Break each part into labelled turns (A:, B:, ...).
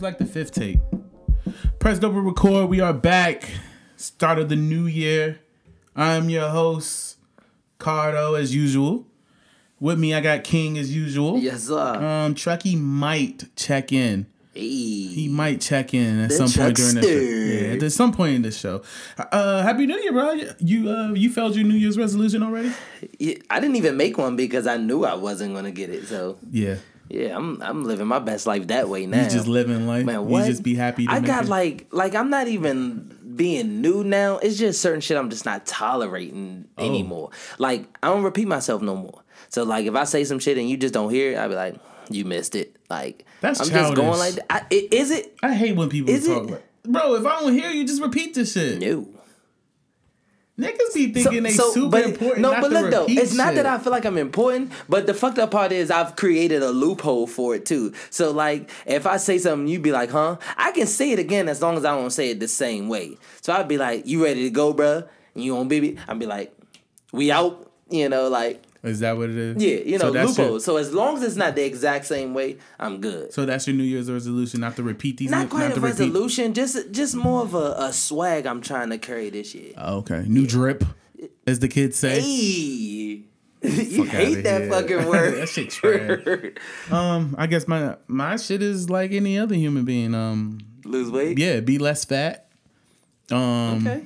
A: like the fifth take. Press double record. We are back. Start of the new year. I'm your host, Cardo, as usual. With me, I got King, as usual.
B: Yes, sir.
A: Um, Trucky might check in. He
B: Hey.
A: might check in at
B: The
A: some point during this show.
B: Chuckster.
A: Yeah, at some point in this show. Uh, happy New Year, bro. You uh, you failed your New Year's resolution already?
B: Yeah, I didn't even make one because I knew I wasn't gonna get it. So
A: Yeah.
B: yeah, I'm I'm living my best life that way now.
A: You just living life.
B: Man, what?
A: You just be happy. To
B: I
A: make
B: got
A: it.
B: like like I'm not even being new now. It's just certain shit I'm just not tolerating
A: Oh.
B: anymore. Like I don't repeat myself no more. So like if I say some shit and you just don't hear it, I'd be like, you missed it. Like
A: That's
B: I'm just
A: childish.
B: going like that. I, i- is it
A: I hate when people
B: Is
A: talk
B: it-
A: like, bro, if I don't hear you, just repeat this shit.
B: new?
A: Niggas be thinking they super important.
B: No,
A: not
B: but
A: to
B: look though,
A: repeat
B: it's not
A: shit.
B: that I feel like I'm important, but the fucked up part is I've created a loophole for it too. So like, if I say something, you'd be like, "Huh?" I can say it again as long as I don't say it the same way. So I'd be like, "You ready to go, bruh? And you on baby?" I'd be like, "We out." You know, like
A: Is that what it is?
B: yeah, you know,
A: that's
B: loopholes.
A: Your,
B: So as long as it's not the exact same way, I'm good.
A: so that's your New Year's resolution, not to repeat these.
B: Not
A: to
B: quite a
A: repeat-
B: resolution, just just more of a, a swag I'm trying to carry this year.
A: Oh, okay, new drip, as the kids say.
B: Hey. E. you
A: Fuck outta
B: hate that
A: here.
B: fucking word.
A: That shit trash. Um, I guess my my shit is like any other human being. Um,
B: Lose weight.
A: yeah, be less fat. Um,
B: Okay.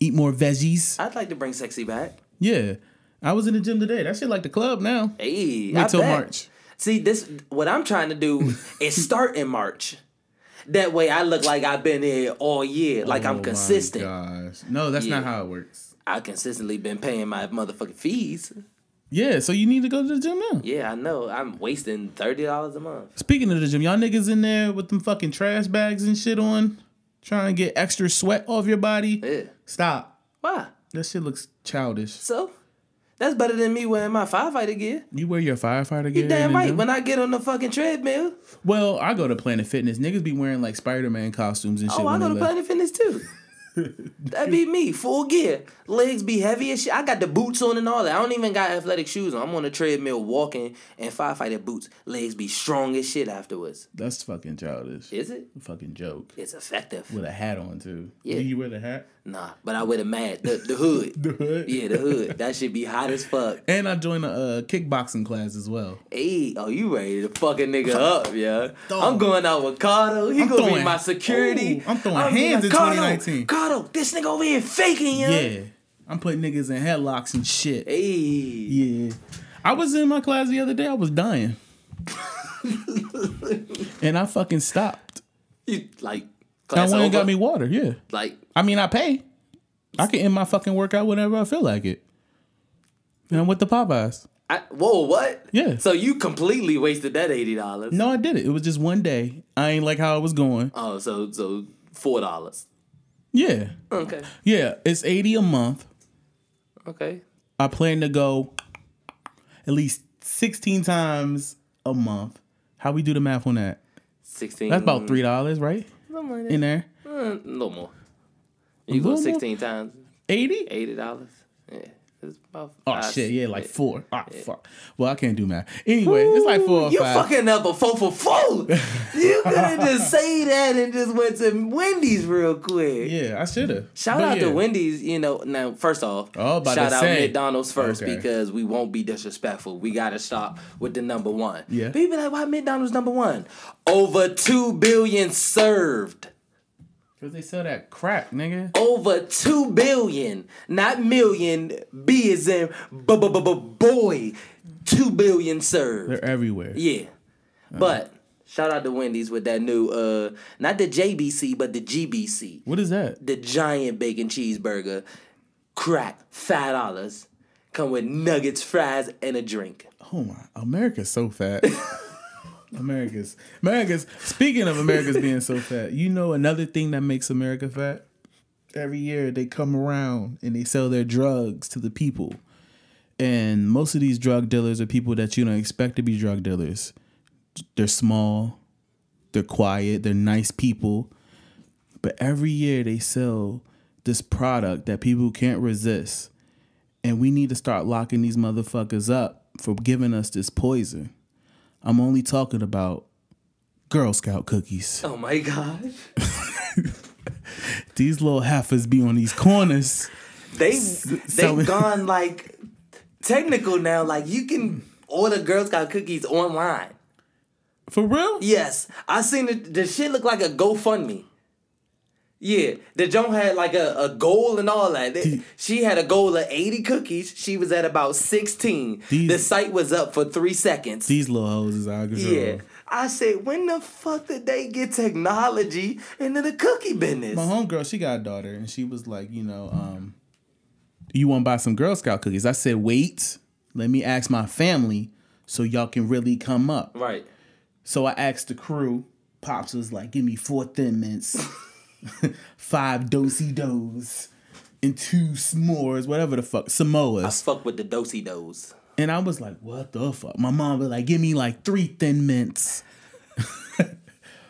A: eat more veggies.
B: I'd like to bring sexy back.
A: Yeah, I was in the gym today. That shit like the club now.
B: Hey. I
A: Wait till
B: bet.
A: March.
B: See this. What I'm trying to do is start in March. That way, I look like I've been here all year. Like
A: Oh
B: I'm
A: my
B: consistent.
A: gosh. No, that's
B: Yeah.
A: not how it works.
B: I consistently been paying my motherfucking fees.
A: Yeah, so you need to go to the gym now.
B: Yeah, I know. I'm wasting thirty dollars a month.
A: Speaking of the gym, y'all niggas in there with them fucking trash bags and shit on, trying to get extra sweat off your body.
B: Yeah.
A: Stop.
B: Why?
A: That shit looks childish.
B: So. That's better than me wearing my firefighter gear.
A: You wear your firefighter gear.
B: You
A: in
B: damn
A: the
B: right.
A: gym?
B: When I get on the fucking treadmill,
A: well, I go to Planet Fitness. Niggas be wearing like Spider Man costumes and shit.
B: Oh, I
A: when
B: go
A: they
B: to
A: left.
B: Planet Fitness too. that be me, full gear. Legs be heavy as shit. I got the boots on and all that. I don't even got athletic shoes on. I'm on a treadmill walking and firefighter boots. Legs be strong as shit afterwards.
A: That's fucking childish.
B: Is it?
A: Fucking joke.
B: It's effective.
A: With a hat on too.
B: Yeah.
A: Do you wear the hat?
B: Nah, but I wear the mad, the, the hood.
A: The hood.
B: yeah, the hood. That should be hot as fuck.
A: And I joined a uh, kickboxing class as well.
B: Hey, oh, you ready to fuck a nigga up, yeah?
A: Dog.
B: I'm going out with Cardo. He
A: I'm
B: gonna
A: throwing-
B: be my security.
A: Ooh, I'm throwing
B: being
A: hands in
B: like, "Cardo,
A: 2019."
B: Cardo, this nigga over here faking, yeah?
A: Yeah. I'm putting niggas in headlocks and shit.
B: Hey.
A: Yeah. I was in my class the other day. I was dying. and I fucking stopped.
B: You, like,
A: I
B: class
A: went and got
B: over?
A: me water. Yeah.
B: Like,
A: I mean, I pay. I can end my fucking workout whenever I feel like it. And I went to Popeyes.
B: I, whoa, what?
A: Yeah.
B: So you completely wasted that eighty dollars.
A: No, I did it. It was just one day. I ain't like how it was going.
B: Oh, so so four dollars.
A: Yeah.
B: Okay.
A: Yeah. It's 80 a month.
B: Okay.
A: I plan to go at least 16 times a month. How we do the math on that?
B: Sixteen.
A: That's about $3, right?
B: Something like that.
A: In there.
B: Uh, a little more. You
A: little
B: go
A: more?
B: sixteen times,
A: 80?
B: eighty dollars. Yeah. It's about
A: Oh
B: five,
A: shit, yeah,
B: six-
A: like four. Ah, fuck. Well, I can't do math. Anyway, it's like four or
B: You
A: five.
B: fucking up a four for four. you could have just say that and just went to Wendy's real quick.
A: yeah, I should have.
B: Shout out to Wendy's, you know. Now, first off,
A: Oh, about
B: shout
A: to
B: out
A: say.
B: McDonald's first
A: Okay.
B: because we won't be disrespectful. We gotta stop with the number one.
A: Yeah.
B: People be like, why McDonald's number one? Over two billion served.
A: Because they sell that crap, nigga.
B: Over two billion, not million. B is in bu- bu- bu- bu- boy. Two billion served.
A: They're everywhere.
B: Yeah. But shout out to Wendy's with that new, uh, not the JBC, but the GBC
A: What is that?
B: the giant bacon cheeseburger, crack, five dollars, come with nuggets, fries, and a drink.
A: Oh my, America's so fat. America's, America's. Speaking of America's being so fat, you know another thing that makes America fat. Every year they come around and they sell their drugs to the people, and most of these drug dealers are people that you don't expect to be drug dealers. They're small, they're quiet, they're nice people, but every year they sell this product that people can't resist and we need to start locking these motherfuckers up for giving us this poison. I'm only talking about Girl Scout cookies.
B: Oh my gosh.
A: These little heifers be on these corners.
B: They
A: so-
B: they've gone like technical now. Like you can order Girl Scout cookies online.
A: For real?
B: Yes, I seen the, the shit look like a GoFundMe. Yeah, the Joan had like a, a goal and all that. They- She had a goal of 80 cookies. She was at about 16.
A: These-
B: the site was up for three seconds.
A: These little hoes is out of control.
B: yeah. I said, when the fuck did they get technology into the cookie business?
A: My homegirl, she got a daughter, and she was like, you know, um, you want to buy some Girl Scout cookies? I said, wait, let me ask my family so y'all can really come up.
B: Right.
A: So I asked the crew. Pops was like, give me four thin mints, five dosey does, and two s'mores, whatever the fuck, Samoas.
B: Fuck with the dosey dos.
A: And I was like, what the fuck? My mom was like, give me like three thin mints.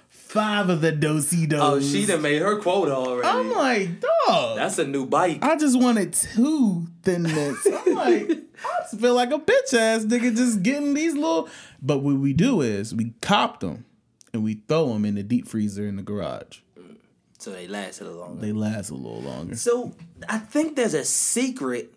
A: Five of the dosey dos.
B: Oh, she done made her quota already.
A: I'm like, dog.
B: That's a new bike.
A: I just wanted two thin mints. I'm like, I just feel like a bitch ass nigga just getting these little. But what we do is we cop them and we throw them in the deep freezer in the garage.
B: So they lasted a long
A: They last a little longer.
B: So I think there's a secret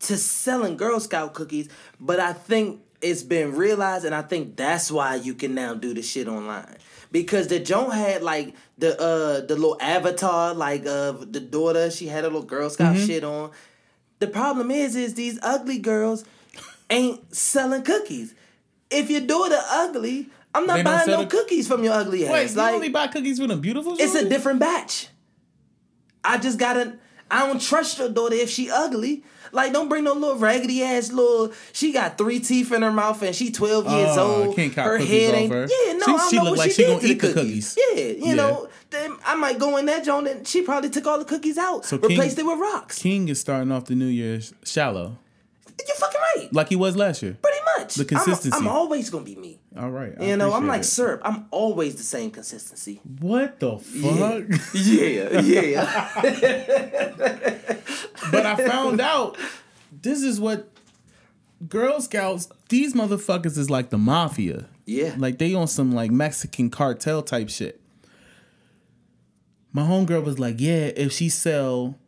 B: to selling Girl Scout cookies, but I think it's been realized, and I think that's why you can now do the shit online because the Joan had like the uh the little avatar like of the daughter. She had a little Girl Scout
A: Mm-hmm.
B: shit on. The problem is, is these ugly girls ain't selling cookies. If your daughter ugly, I'm not
A: They don't
B: buying
A: sell
B: no
A: the-
B: cookies from your ugly ass.
A: Wait,
B: like,
A: you only buy cookies with them beautiful?
B: it's a
A: jewelry?
B: different batch. I just gotta. I don't trust your daughter if she ugly. Like, don't bring no little raggedy ass little. She got three teeth in her mouth and she twelve years
A: Oh,
B: old.
A: can't cop
B: her
A: cookies
B: head
A: off
B: ain't.
A: her.
B: Yeah,
A: She-
B: no, I don't
A: she
B: know
A: look
B: what
A: like
B: she,
A: she
B: did
A: gonna
B: to the
A: eat the
B: cookies.
A: cookies.
B: Yeah, you
A: Yeah.
B: know, then I might go in that joint and she probably took all the cookies out,
A: King-
B: replaced it with rocks.
A: King is starting off the New Year's shallow,
B: You're fucking right.
A: like he was last year.
B: Pretty much.
A: The
B: I'm- I'm,
A: consistency.
B: always gonna be me.
A: All right, I
B: You know, I'm
A: appreciate
B: like
A: it.
B: syrup. I'm always the same consistency.
A: what the fuck?
B: Yeah, yeah.
A: but I found out this is what Girl Scouts. These motherfuckers is like the mafia.
B: Yeah.
A: Like they on some like Mexican cartel type shit. My homegirl was like, yeah, if she sell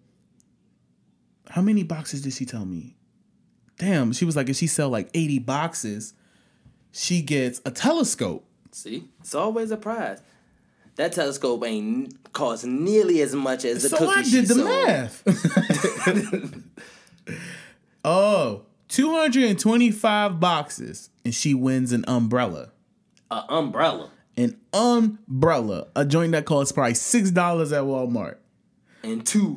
A: how many boxes did she tell me? Damn, she was like, if she sell like 80 boxes, she gets a telescope.
B: See, it's always a prize. That telescope ain't cost nearly as much as the
A: So
B: cookie
A: I
B: she
A: did the
B: sold.
A: math. oh, 225 boxes, and she wins an umbrella.
B: A umbrella,
A: An umbrella, a joint that costs probably six dollars at Walmart.
B: and two.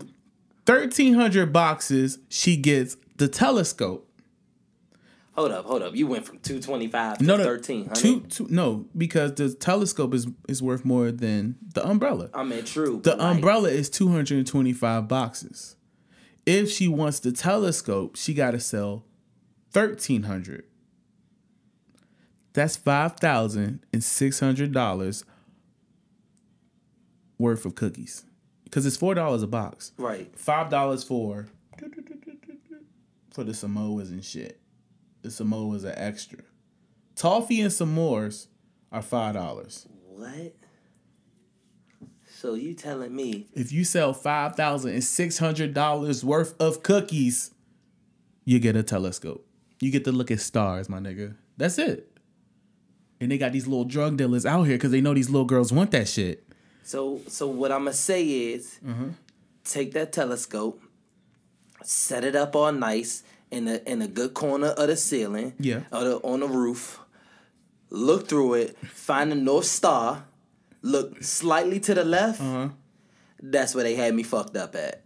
A: Thirteen hundred boxes, she gets the telescope.
B: Hold up, hold up. You went from two twenty five to
A: No, no,
B: thirteen hundred.
A: two, two, no, because the telescope is is worth more than the umbrella.
B: I mean, true.
A: The umbrella is 225 boxes. If she wants the telescope, she got to sell 1300. That's $5,600 worth of cookies. Cuz it's $4 a box.
B: Right.
A: $5 for for the Samoas and shit. The Samoas are extra. Toffee and s'mores are $5.
B: What? So you telling me
A: If you sell five thousand and six hundred dollars worth of cookies, you get a telescope. You get to look at stars, my nigga. That's it. And they got these little drug dealers out here because they know these little girls want that shit.
B: So, so what I'm gonna say is,
A: Mm-hmm.
B: take that telescope, set it up all nice in a in a good corner of the ceiling,
A: Yeah.
B: or the, on the roof. Look through it, find the North Star, look slightly to the left.
A: Uh-huh.
B: That's where they had me fucked up at.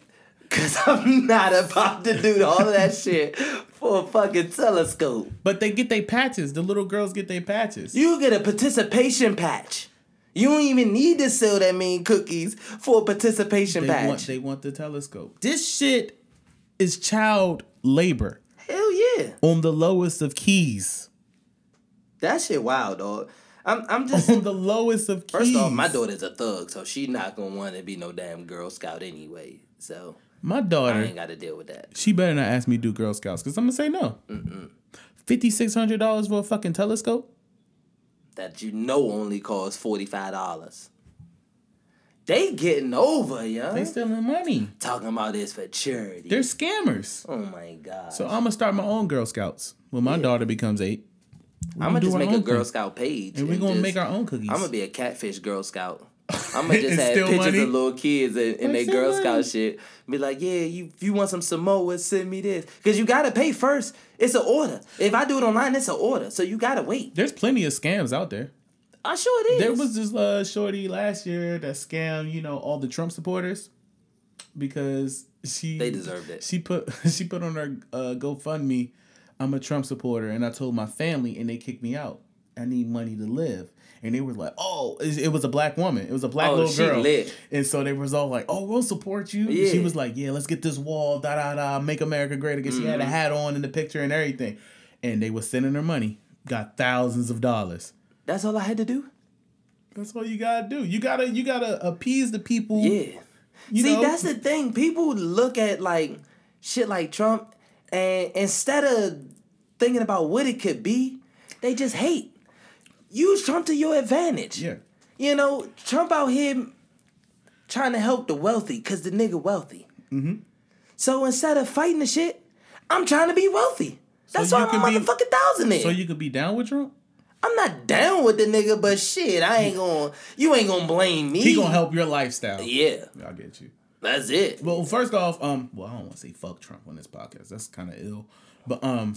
B: Cause I'm not about to do all of that shit for a fucking telescope.
A: But they get their patches. The little girls get their patches.
B: You get a participation patch. You don't even need to sell that many cookies for a participation
A: they
B: patch.
A: want they want the telescope. This shit is child labor
B: Hell yeah.
A: on the lowest of keys.
B: That shit wild, dog. I'm I'm just
A: On the lowest of keys.
B: First off, my daughter's a thug, so she not gonna want to be no damn Girl Scout anyway. So
A: My
B: I
A: daughter.
B: ain't got to deal with that.
A: She better not ask me to do Girl Scouts because I'm gonna say no. Fifty six hundred dollars for a fucking telescope.
B: that you know only cost forty five dollars. They getting over, yo.
A: They stealing money.
B: Talking about this for charity.
A: They're scammers.
B: oh my god.
A: So I'm gonna start my own Girl Scouts when my daughter becomes eight.
B: I'm gonna
A: do
B: just
A: our
B: make a
A: own
B: Girl
A: thing.
B: Scout page,
A: And we're gonna
B: just-
A: make our own cookies.
B: I'm gonna be a catfish Girl Scout. I'm gonna just
A: And
B: have
A: steal
B: pictures
A: money?
B: of little kids and, and they
A: Like,
B: Girl
A: steal money.
B: Scout shit. Be like, yeah, you if you want some Samoa, send me this because you gotta pay first. It's an order. If I do it online, it's an order, so you gotta wait.
A: There's plenty of scams out there.
B: I sure it is.
A: There was this uh, shorty last year that scammed, you know, all the Trump supporters because she
B: They deserved it.
A: She put she put on her uh, GoFundMe, I'm a Trump supporter, and I told my family, and they kicked me out. I need money to live, and they were like, "Oh, it, it was a black woman. It was a black
B: Oh,
A: little
B: she
A: girl."
B: lit.
A: And so they was all like, "Oh, we'll support you." And She
B: Yeah.
A: was like, "Yeah, let's get this wall, da da da, make America great again." She had a
B: Mm-hmm.
A: hat on in the picture and everything, and they was sending her money. Got thousands of dollars.
B: That's all I had to do.
A: That's all you gotta do. You gotta you gotta appease the people.
B: Yeah.
A: You
B: See,
A: know?
B: that's the thing. People look at like shit like Trump, and instead of thinking about what it could be, they just hate. Use Trump to your advantage.
A: Yeah.
B: You know, Trump out here trying to help the wealthy because the nigga wealthy.
A: Mm-hmm.
B: So instead of fighting the shit, I'm trying to be wealthy. That's
A: you
B: why
A: can
B: my
A: be-
B: motherfucking thousand is.
A: So you could be down with Trump?
B: I'm not down with the nigga, but shit, I ain't gonna. You ain't gonna blame me.
A: He gonna help your lifestyle.
B: Yeah,
A: I get you.
B: that's it.
A: Well, first off, um, well, I don't want to say fuck Trump on this podcast. That's kind of ill. But um,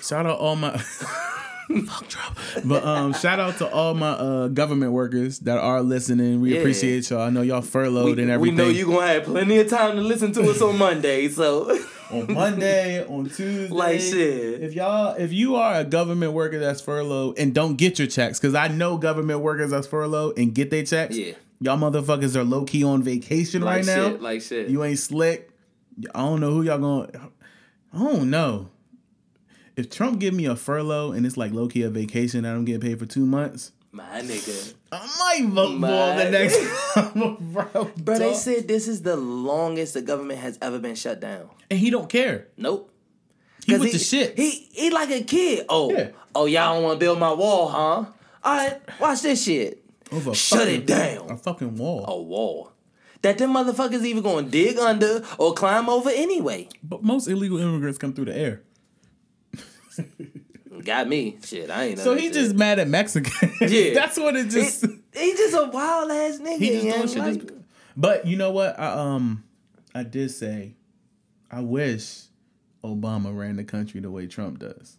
A: shout out all my fuck Trump. But um, shout out to all my uh government workers that are listening. We
B: Yeah.
A: appreciate y'all. I know y'all furloughed and everything.
B: We know you gonna have plenty of time to listen to us on Monday, so
A: on Monday, on Tuesday.
B: Like shit.
A: If y'all, if you are a government worker that's furloughed and don't get your checks, because I know government workers that's furloughed and get their checks.
B: Yeah.
A: Y'all motherfuckers are low key on vacation right
B: like
A: now.
B: shit, like shit.
A: you ain't slick. I don't know who y'all gonna. I don't know. If Trump give me a furlough and it's like low key a vacation, I don't get paid for two months.
B: My nigga,
A: I might vote for
B: My-
A: the next round.
B: but they
A: dog.
B: said this is the longest the government has ever been shut down.
A: and he don't care.
B: Nope.
A: He
B: 'Cause
A: with the shit.
B: He he like a kid. Oh,
A: Yeah.
B: oh y'all don't want to build my wall, huh? All right, watch this shit.
A: Over a
B: Shut
A: fucking-
B: it down.
A: A fucking wall.
B: A wall that them motherfuckers even gonna dig under or climb over anyway.
A: But most illegal immigrants come through the air.
B: Got me. Shit, I ain't.
A: So he just mad at Mexicans.
B: Yeah.
A: that's what it just.
B: he just a wild ass nigga.
A: he just
B: yeah,
A: doing shit.
B: like-
A: just- but you know what? I um, I did say, I wish Obama ran the country the way Trump does.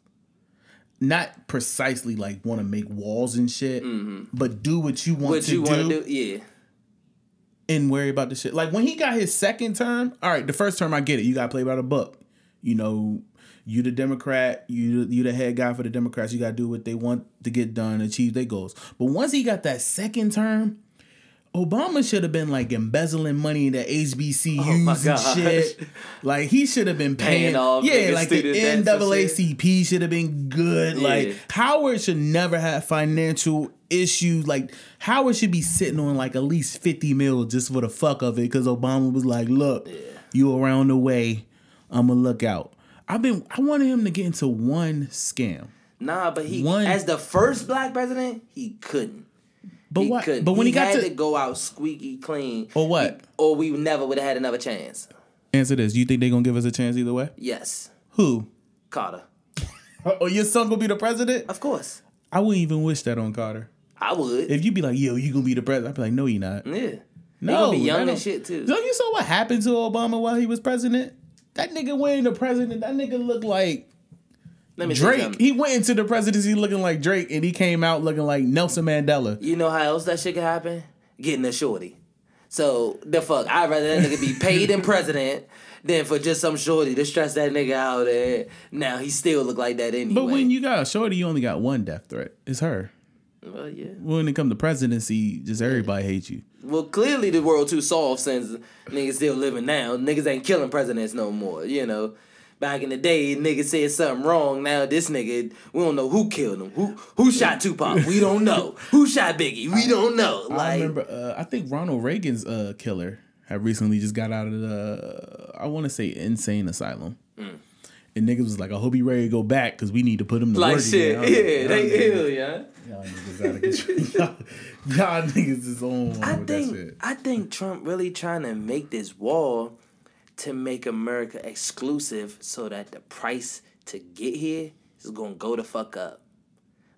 A: Not precisely like want to make walls and shit, but do what you want
B: Mm-hmm. what
A: to
B: you want
A: do,
B: to do? Yeah.
A: and worry about the shit. Like when he got his second term, all right, the first term I get it. You got to play by the book. You know, you the Democrat, you you the head guy for the Democrats. You got to do what they want to get done, achieve their goals. But once he got that second term, Obama should have been like embezzling money to
B: Oh my
A: HBCUs and
B: gosh.
A: shit. Like he should have been paying,
B: Paying off
A: yeah,
B: niggas
A: like the
B: student debts and shit.
A: NAACP should have been good.
B: Yeah.
A: Like Howard should never have financial issues. Like Howard should be sitting on like at least fifty mil just for the fuck of it, because Obama was like, "Look, you around the way, I'ma look out." I've been I wanted him to get into one scam,
B: Nah, but he
A: One-
B: as the first black president, he couldn't.
A: but
B: He
A: what?
B: couldn't.
A: But when he, got
B: had
A: to, Oh.
B: to, go out squeaky clean,
A: or what?
B: or we never would have had another chance.
A: Answer this: You think they gonna give us a chance either way?
B: Yes,
A: Who?
B: Carter,
A: Oh, your son gonna be the president?
B: of course,
A: I wouldn't even wish that on Carter.
B: I would.
A: If you be like, "Yo, you gonna be the president?" I'd be like, "No, you not."
B: yeah,
A: Oh,
B: no,
A: No,
B: be
A: I
B: young
A: don't-
B: and shit too.
A: Don't you saw what happened to Obama while he was president? That nigga went into president. That nigga looked like
B: Let me tell you
A: Drake.
B: something.
A: He went into the presidency looking like Drake, and he came out looking like Nelson Mandela.
B: You know how else that shit could happen? Getting a shorty. So the fuck, I'd rather that nigga be paid in president than for just some shorty to stress that nigga out. And now he still look like that anyway.
A: But when you got a shorty, you only got one death threat. It's her.
B: well, yeah.
A: When it come to presidency, just everybody hates you.
B: Well, clearly the world too soft since niggas still living now. Niggas ain't killing presidents no more. You know, back in the day, niggas said something wrong. Now this nigga, we don't know who killed him. Who who shot Tupac? We don't know. Who shot Biggie? We don't know.
A: I
B: Like,
A: remember. Uh, I think Ronald Reagan's uh,
B: Mm.
A: killer had recently just got out of the. I want to say insane asylum, And niggas was like, I hope he ready to go back because we need to put him to
B: Like
A: work again.
B: shit.
A: I was like,
B: Yeah,
A: "Nah,
B: they
A: nigga,
B: ill, yeah.
A: Y'all niggas out of control. y'all, y'all niggas is on one
B: I
A: with that
B: think
A: shit.
B: I think Trump really trying to make this wall to make America exclusive so that the price to get here is gonna go the fuck up.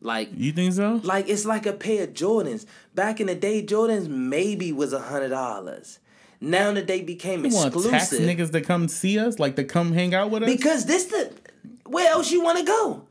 B: Like
A: You think so?
B: like it's like a pair of Jordans. Back in the day, Jordans maybe was a hundred dollars. Now that they became
A: You want
B: exclusive.
A: tax niggas to come see us, like to come hang out with us?
B: Because this the where else you want to go?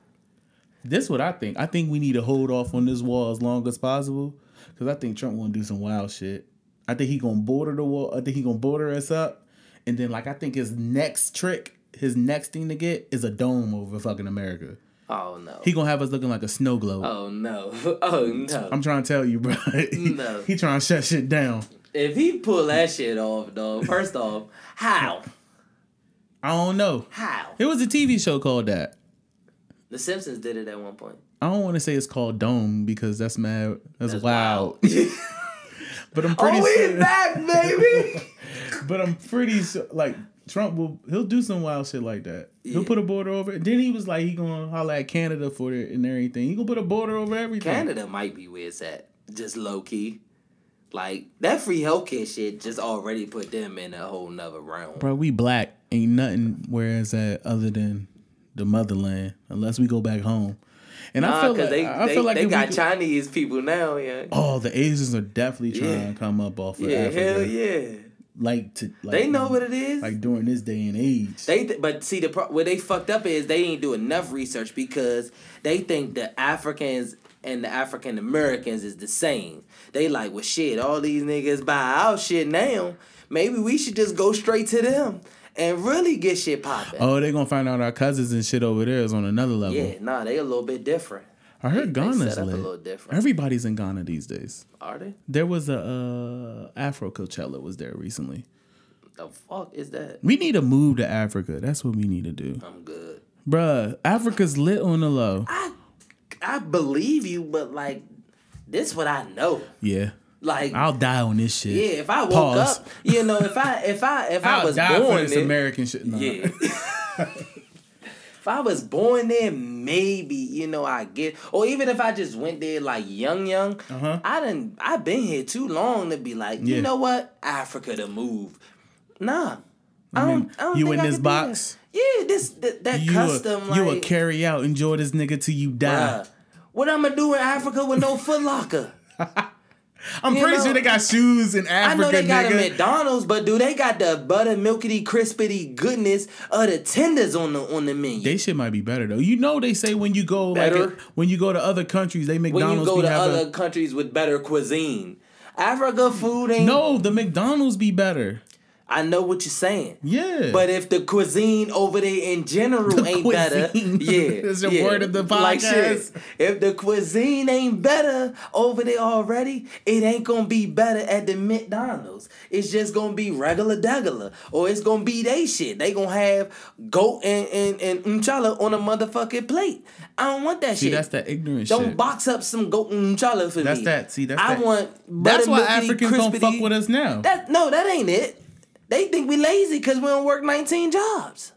A: This what I think. I think we need to hold off on this wall as long as possible because I think Trump gonna do some wild shit. I think he gonna border the wall. I think he gonna border us up, and then like I think his next trick, his next thing to get is a dome over fucking America.
B: Oh no.
A: He gonna have us looking like a snow globe.
B: oh no. Oh no.
A: I'm trying to tell you, bro. he,
B: No.
A: he trying to shut shit down.
B: if he pull that shit off, dog. First off, how?
A: I don't know.
B: How?
A: It was a TV show called that.
B: The Simpsons did it at one point.
A: I don't want to say it's called Dome because that's mad. That's, wild. but I'm pretty.
B: oh, we
A: sure-
B: back, baby.
A: But I'm pretty sure, like Trump will he'll do some wild shit like that. He'll
B: Yeah.
A: put a border over. it. Then he was like he gonna holler at Canada for it and everything. He gonna put a border over everything.
B: Canada might be where it's at. Just low key. Like that free healthcare shit just already put them in a whole nother realm.
A: bro. We black ain't nothing where it's at other than the motherland unless we go back home. And I
B: Nah,
A: feel
B: Uh, cause
A: like
B: they,
A: I
B: they,
A: feel like
B: they
A: if we
B: got
A: could-
B: Chinese people now, yeah.
A: Oh, the Asians are definitely trying
B: Yeah.
A: to come up off of
B: yeah,
A: Africa.
B: hell yeah.
A: Like to like,
B: They know what it is.
A: like during this day and age.
B: They th- but see the pro- where they fucked up is they ain't do enough research because they think the Africans and the African Americans is the same. They like, well, shit, all these niggas buy our shit now. Maybe we should just go straight to them and really get shit popping.
A: oh, they gonna find out our cousins and shit over there is on another level.
B: yeah, nah, they a little bit different.
A: I heard
B: They
A: Ghana's
B: set up a
A: lit.
B: little different.
A: Everybody's in Ghana these days.
B: Are they?
A: There was a uh, Afro Coachella was there recently.
B: The fuck is that?
A: We need to move to Africa. That's what we need to do,
B: I'm good.
A: bruh. Africa's lit on the low.
B: I I believe you, but like this what I know.
A: Yeah,
B: Like
A: I'll die on this shit.
B: Yeah, if I woke
A: Pause.
B: up, you know, if I if I if
A: I'll
B: I was
A: die for
B: born
A: this
B: there,
A: American shit. Nah.
B: yeah. if I was born there, maybe you know I get, or even if I just went there like young, young,
A: Uh-huh.
B: I didn't. I've been here too long to be like,
A: Yeah.
B: you know what, Africa to move. Nah, I,
A: I mean,
B: don't. I don't
A: you
B: think
A: in
B: I
A: this
B: could do
A: box?
B: that. Yeah, this that, that
A: You
B: custom
A: a,
B: like.
A: you a carry out. Enjoy this nigga till you die.
B: bruh, what I'm gonna do in Africa with no Foot Locker?
A: I'm
B: you
A: pretty
B: know,
A: sure they got shoes in
B: I
A: Africa,
B: know they got
A: nigga.
B: a McDonald's, but do they got the butter milkity crispity goodness of the tenders on the on the menu?
A: They shit might be better though. You know they say when you go
B: Better?
A: like when you go to other countries, they
B: when
A: McDonald's
B: you go
A: be
B: to
A: having-
B: other countries with better cuisine, Africa food ain't.
A: No, the McDonald's be better.
B: I know what you're saying.
A: Yeah.
B: But if the cuisine over there in general ain't better,
A: cuisine.
B: yeah,
A: That's the
B: yeah.
A: word of the
B: Like shit,
A: podcast.
B: if the cuisine ain't better over there already, it ain't gonna be better at the McDonald's. It's just gonna be regular degular, or it's gonna be they shit. They gonna have goat and and and umchala on a motherfucking plate. I don't want that
A: See,
B: shit.
A: that's that ignorant
B: don't
A: shit.
B: box up some goat and umchala for
A: That's
B: me.
A: that. See, that's
B: I
A: that.
B: want.
A: That's why
B: buttermilky,
A: Africans don't fuck
B: crispity-
A: with us now.
B: that no, that ain't it. They think we lazy because we don't work nineteen jobs.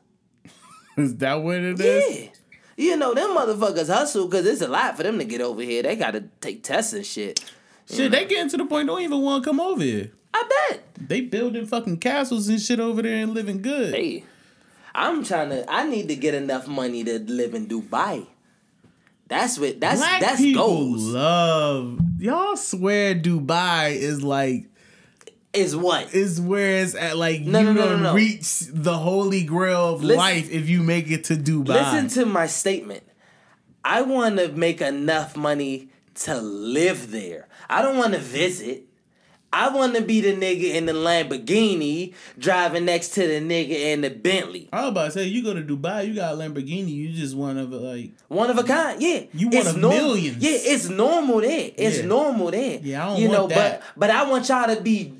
A: Is that what it is?
B: Yeah, you know them motherfuckers hustle because it's a lot for them to get over here. They got to take tests and shit.
A: Shit, they getting to the point don't even want to come over here.
B: I bet.
A: They building fucking castles and shit over there and living good.
B: Hey, I'm trying to. I need to get enough money to live in Dubai. That's what. That's
A: Black
B: that's
A: people
B: goals.
A: love y'all. Swear Dubai is like
B: is what.
A: is where it's at. Like
B: No,
A: you
B: no, no,
A: gonna
B: no, no.
A: reach the holy grail of
B: Listen-
A: life if you make it to Dubai.
B: Listen to my statement. I want to make enough money to live there. I don't want to visit. I want to be the nigga in the Lamborghini driving next to the nigga in the Bentley.
A: I was about to say you go to Dubai, you got a Lamborghini, you just one of like
B: One of a kind, yeah.
A: You
B: It's
A: one of millions.
B: Yeah, it's normal there. It's
A: Yeah.
B: normal there.
A: Yeah, I don't
B: you
A: want
B: know,
A: that.
B: but but I want y'all to be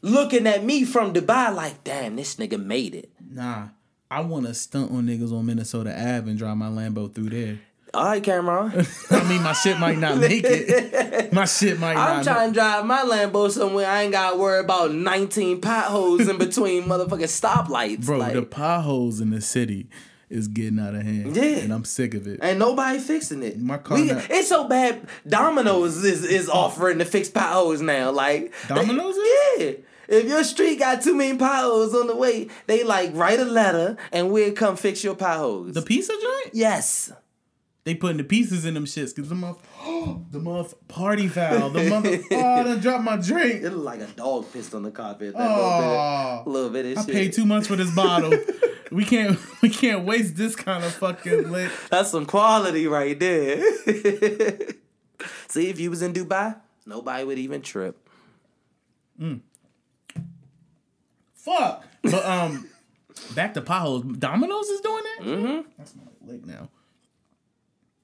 B: looking at me from Dubai like, damn, this nigga made it.
A: nah. I want to stunt on niggas on Minnesota Ave and drive my Lambo through there.
B: All right, Cameron.
A: I mean, my shit might not make it. My shit might not.
B: I'm trying to drive my Lambo somewhere. I ain't gotta worry about 19 potholes in between motherfucking stoplights.
A: Bro,
B: like,
A: the potholes in the city is getting out of hand.
B: Yeah.
A: And I'm sick of it.
B: Ain't nobody fixing it.
A: My car
B: We-
A: not-
B: it's so bad. Domino's is, is offering to fix potholes now. Like they-
A: Domino's is?
B: yeah. If your street got too many potholes on the way, they like write a letter and we'll come fix your potholes.
A: The pizza joint?
B: yes.
A: They putting the pieces in them shits because the month, the month party foul, the mother. oh, I done dropped my drink.
B: It looked like a dog pissed on the carpet. That
A: Oh,
B: little bit, of- little bit of
A: I
B: shit.
A: paid too much for this bottle. we can't, we can't waste this kind of fucking lit.
B: That's some quality right there. See, if you was in Dubai, nobody would even trip.
A: Fuck. But um, back to potholes. Domino's is doing that. Mm-hmm. That's my lick now.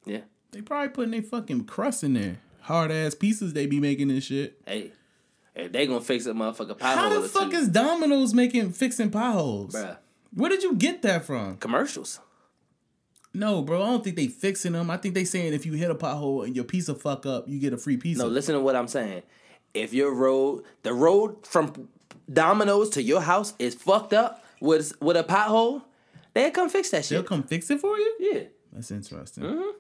B: Yeah.
A: They probably putting their fucking crust in there. Hard ass pieces they be making and shit.
B: Hey, if they gonna fix a motherfucker pothole.
A: How
B: or
A: the
B: two,
A: fuck is Domino's making fixing potholes?
B: bruh,
A: Where did you get that from?
B: commercials?
A: No, bro, I don't think they fixing them. I think they saying if you hit a pothole and your pizza fuck up, you get a free pizza.
B: No, listen to what I'm saying. If your road, the road from Domino's to your house is fucked up with with a pothole, they come fix that
A: They'll
B: shit.
A: come fix it for you.
B: yeah.
A: That's interesting.
B: Mm-hmm.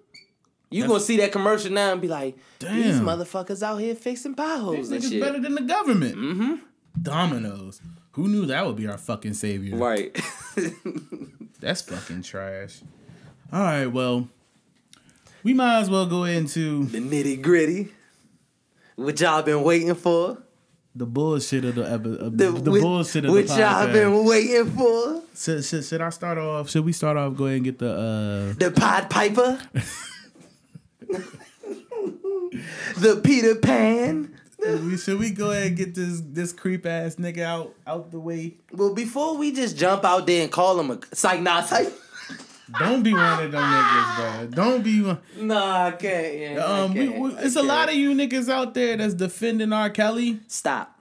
B: You gonna see that commercial now and be like, these
A: Damn.
B: motherfuckers out here fixing
A: These
B: potholes and
A: niggas
B: shit.
A: better than the government. Mm-hmm. Dominoes. Who knew that would be our fucking savior?
B: Right.
A: That's fucking trash. All right, well, we might as well go into
B: the nitty gritty. What y'all been waiting for?
A: the bullshit of the epi- of the,
B: what-
A: bullshit of
B: What
A: the
B: y'all
A: podcast.
B: been waiting for?
A: Should, should, should I start off? Should we start off? Go ahead and get the
B: The Pod Piper. the Peter Pan.
A: uh we, should we go ahead and get this this creep ass nigga out out the way?
B: Well, before we just jump out there and call him a psych, nah, psych.
A: Don't be one of them niggas, bro. Don't be one
B: Nah, I can't. Yeah, I
A: um we,
B: can't,
A: we,
B: I
A: it's a lot of
B: can't.
A: you niggas out there that's defending R. Kelly.
B: Stop.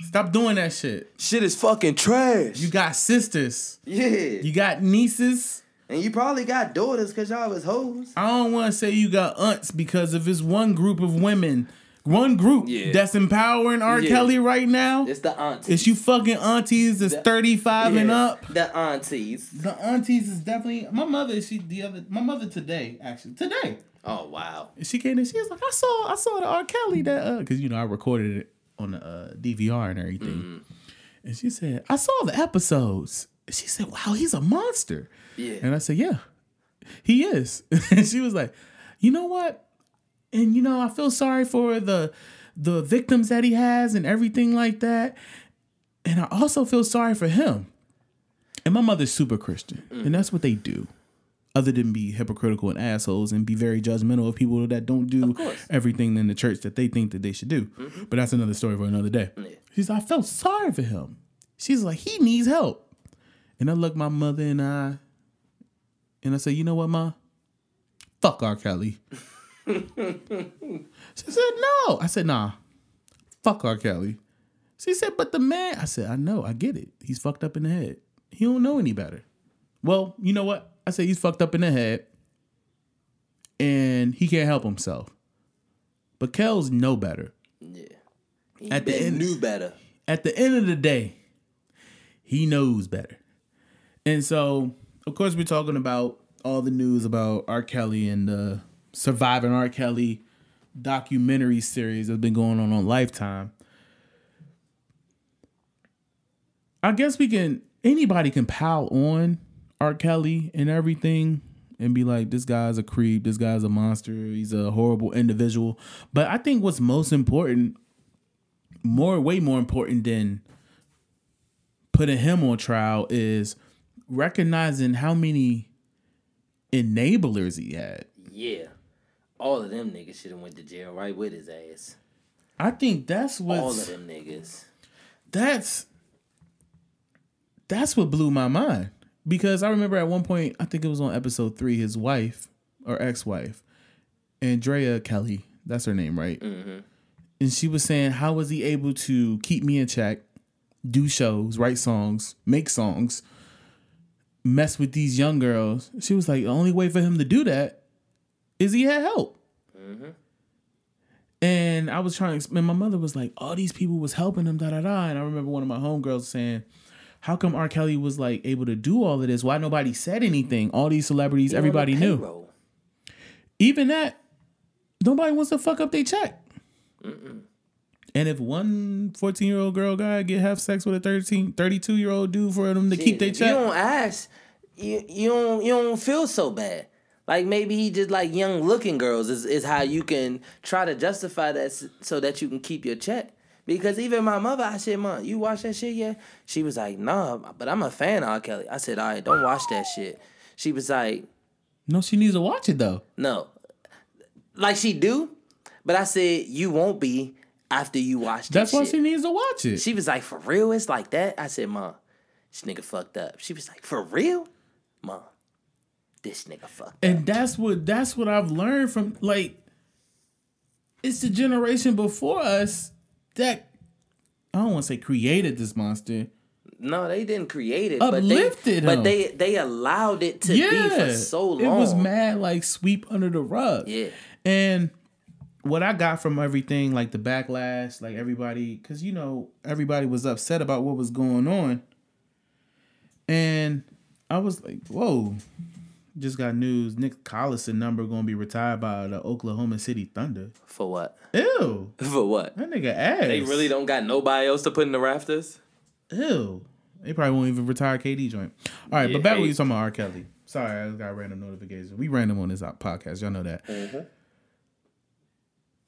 A: Stop doing that shit.
B: Shit is fucking trash.
A: You got sisters.
B: yeah.
A: You got nieces.
B: and you probably got daughters because y'all was hoes.
A: I don't want to say you got aunts because if it's one group of women, one group
B: Yeah.
A: that's empowering R.
B: Yeah.
A: Kelly right now,
B: It's the aunties.
A: it's you fucking aunties that's 35 and
B: Yeah,
A: up.
B: The aunties.
A: The aunties is definitely my mother. She the other my mother today actually today.
B: Oh, wow.
A: She came in. She was like, I saw I saw the R. Kelly that uh, because you know I recorded it on the uh, DVR and everything.
B: Mm-hmm.
A: And she said, I saw the episodes. She said, Wow, he's a monster.
B: Yeah.
A: And I said, Yeah, he is. and she was like, You know what? And you know, I feel sorry for the the victims that he has and everything like that. And I also feel sorry for him. And my mother's super Christian. And that's what they do. Other than be hypocritical and assholes and be very judgmental of people that don't do
B: course.
A: everything in the church that they think that they should do. But that's another story for another day. She's like, I felt sorry for him. She's like, he needs help. And I look my mother and I, and I say, you know what, ma? Fuck R. Kelly. she said, no. I said, nah. Fuck R. Kelly. She said, but the man. I said, I know. I get it. He's fucked up in the head. He don't know any better. Well, you know what? I said, he's fucked up in the head, and he can't help himself. But Kells know better.
B: Yeah.
A: At the
B: They
A: end-
B: knew better.
A: at the end of the day, he knows better. And so, of course, we're talking about all the news about R. Kelly and the Surviving R. Kelly documentary series that's been going on on Lifetime. I guess we can, anybody can pile on R. Kelly and everything and be like, this guy's a creep, this guy's a monster, he's a horrible individual. But I think what's most important more way more important than putting him on trial is recognizing how many enablers he had.
B: Yeah. All of them niggas should have went to jail right with his ass.
A: I think that's
B: All of
A: what
B: them niggas.
A: that's that's what blew my mind because I remember at one point I think it was on episode 3 his wife or ex-wife Andrea Kelly, that's her name, right? Mm-hmm. And she was saying how was he able to keep me in check, do shows, write songs, make songs, mess with these young girls. She was like, the only way for him to do that is he had help. Mm-hmm. And I was trying to explain. My mother was like, all these people was helping him, da da da. And I remember one of my homegirls saying, how come R. Kelly was like able to do all of this? Why nobody said anything? All these celebrities, everybody knew.
B: Payroll.
A: Even that, nobody wants to fuck up their check. And if one 14 year old girl guy get have sex with a 13, 32 year old dude for them to keep their
B: If You
A: check,
B: don't ask. You you don't you don't feel so bad. Like maybe he just like young looking girls is is how you can try to justify that s- so that you can keep your check. Because even my mother, I said, "Mom, you watch that shit yet?" She was like, "Nah, but I'm a fan of R. Kelly." I said, "All right, don't watch that shit." She was like,
A: no, she needs to watch it though.
B: "No, like she do," but I said, "You won't be after you watch."
A: That's
B: This
A: why
B: shit.
A: she needs to watch it.
B: She was like, for real? It's like that? I said, Mom, this nigga fucked up. She was like, for real? Mom, this nigga fucked up.
A: and that's what that's what I've learned from like it's the generation before us that I don't want to say created this monster.
B: No, they didn't create it.
A: Uplifted
B: but
A: him.
B: they, But they they allowed it to be for so long.
A: It was mad like sweep under the rug.
B: Yeah.
A: And what I got from everything, like the backlash, like everybody, because you know, everybody was upset about what was going on. And I was like, whoa, just got news. Nick Collison number gonna be retired by the Oklahoma City Thunder.
B: For what?
A: Ew.
B: For what?
A: That nigga ass.
B: They really don't got nobody else to put in the rafters?
A: Ew. They probably won't even retire KD joint. All right, but
B: Yeah,
A: back when
B: hey.
A: you talking about R. Kelly. Sorry, I got random notifications. We random on this out- podcast. Y'all know that.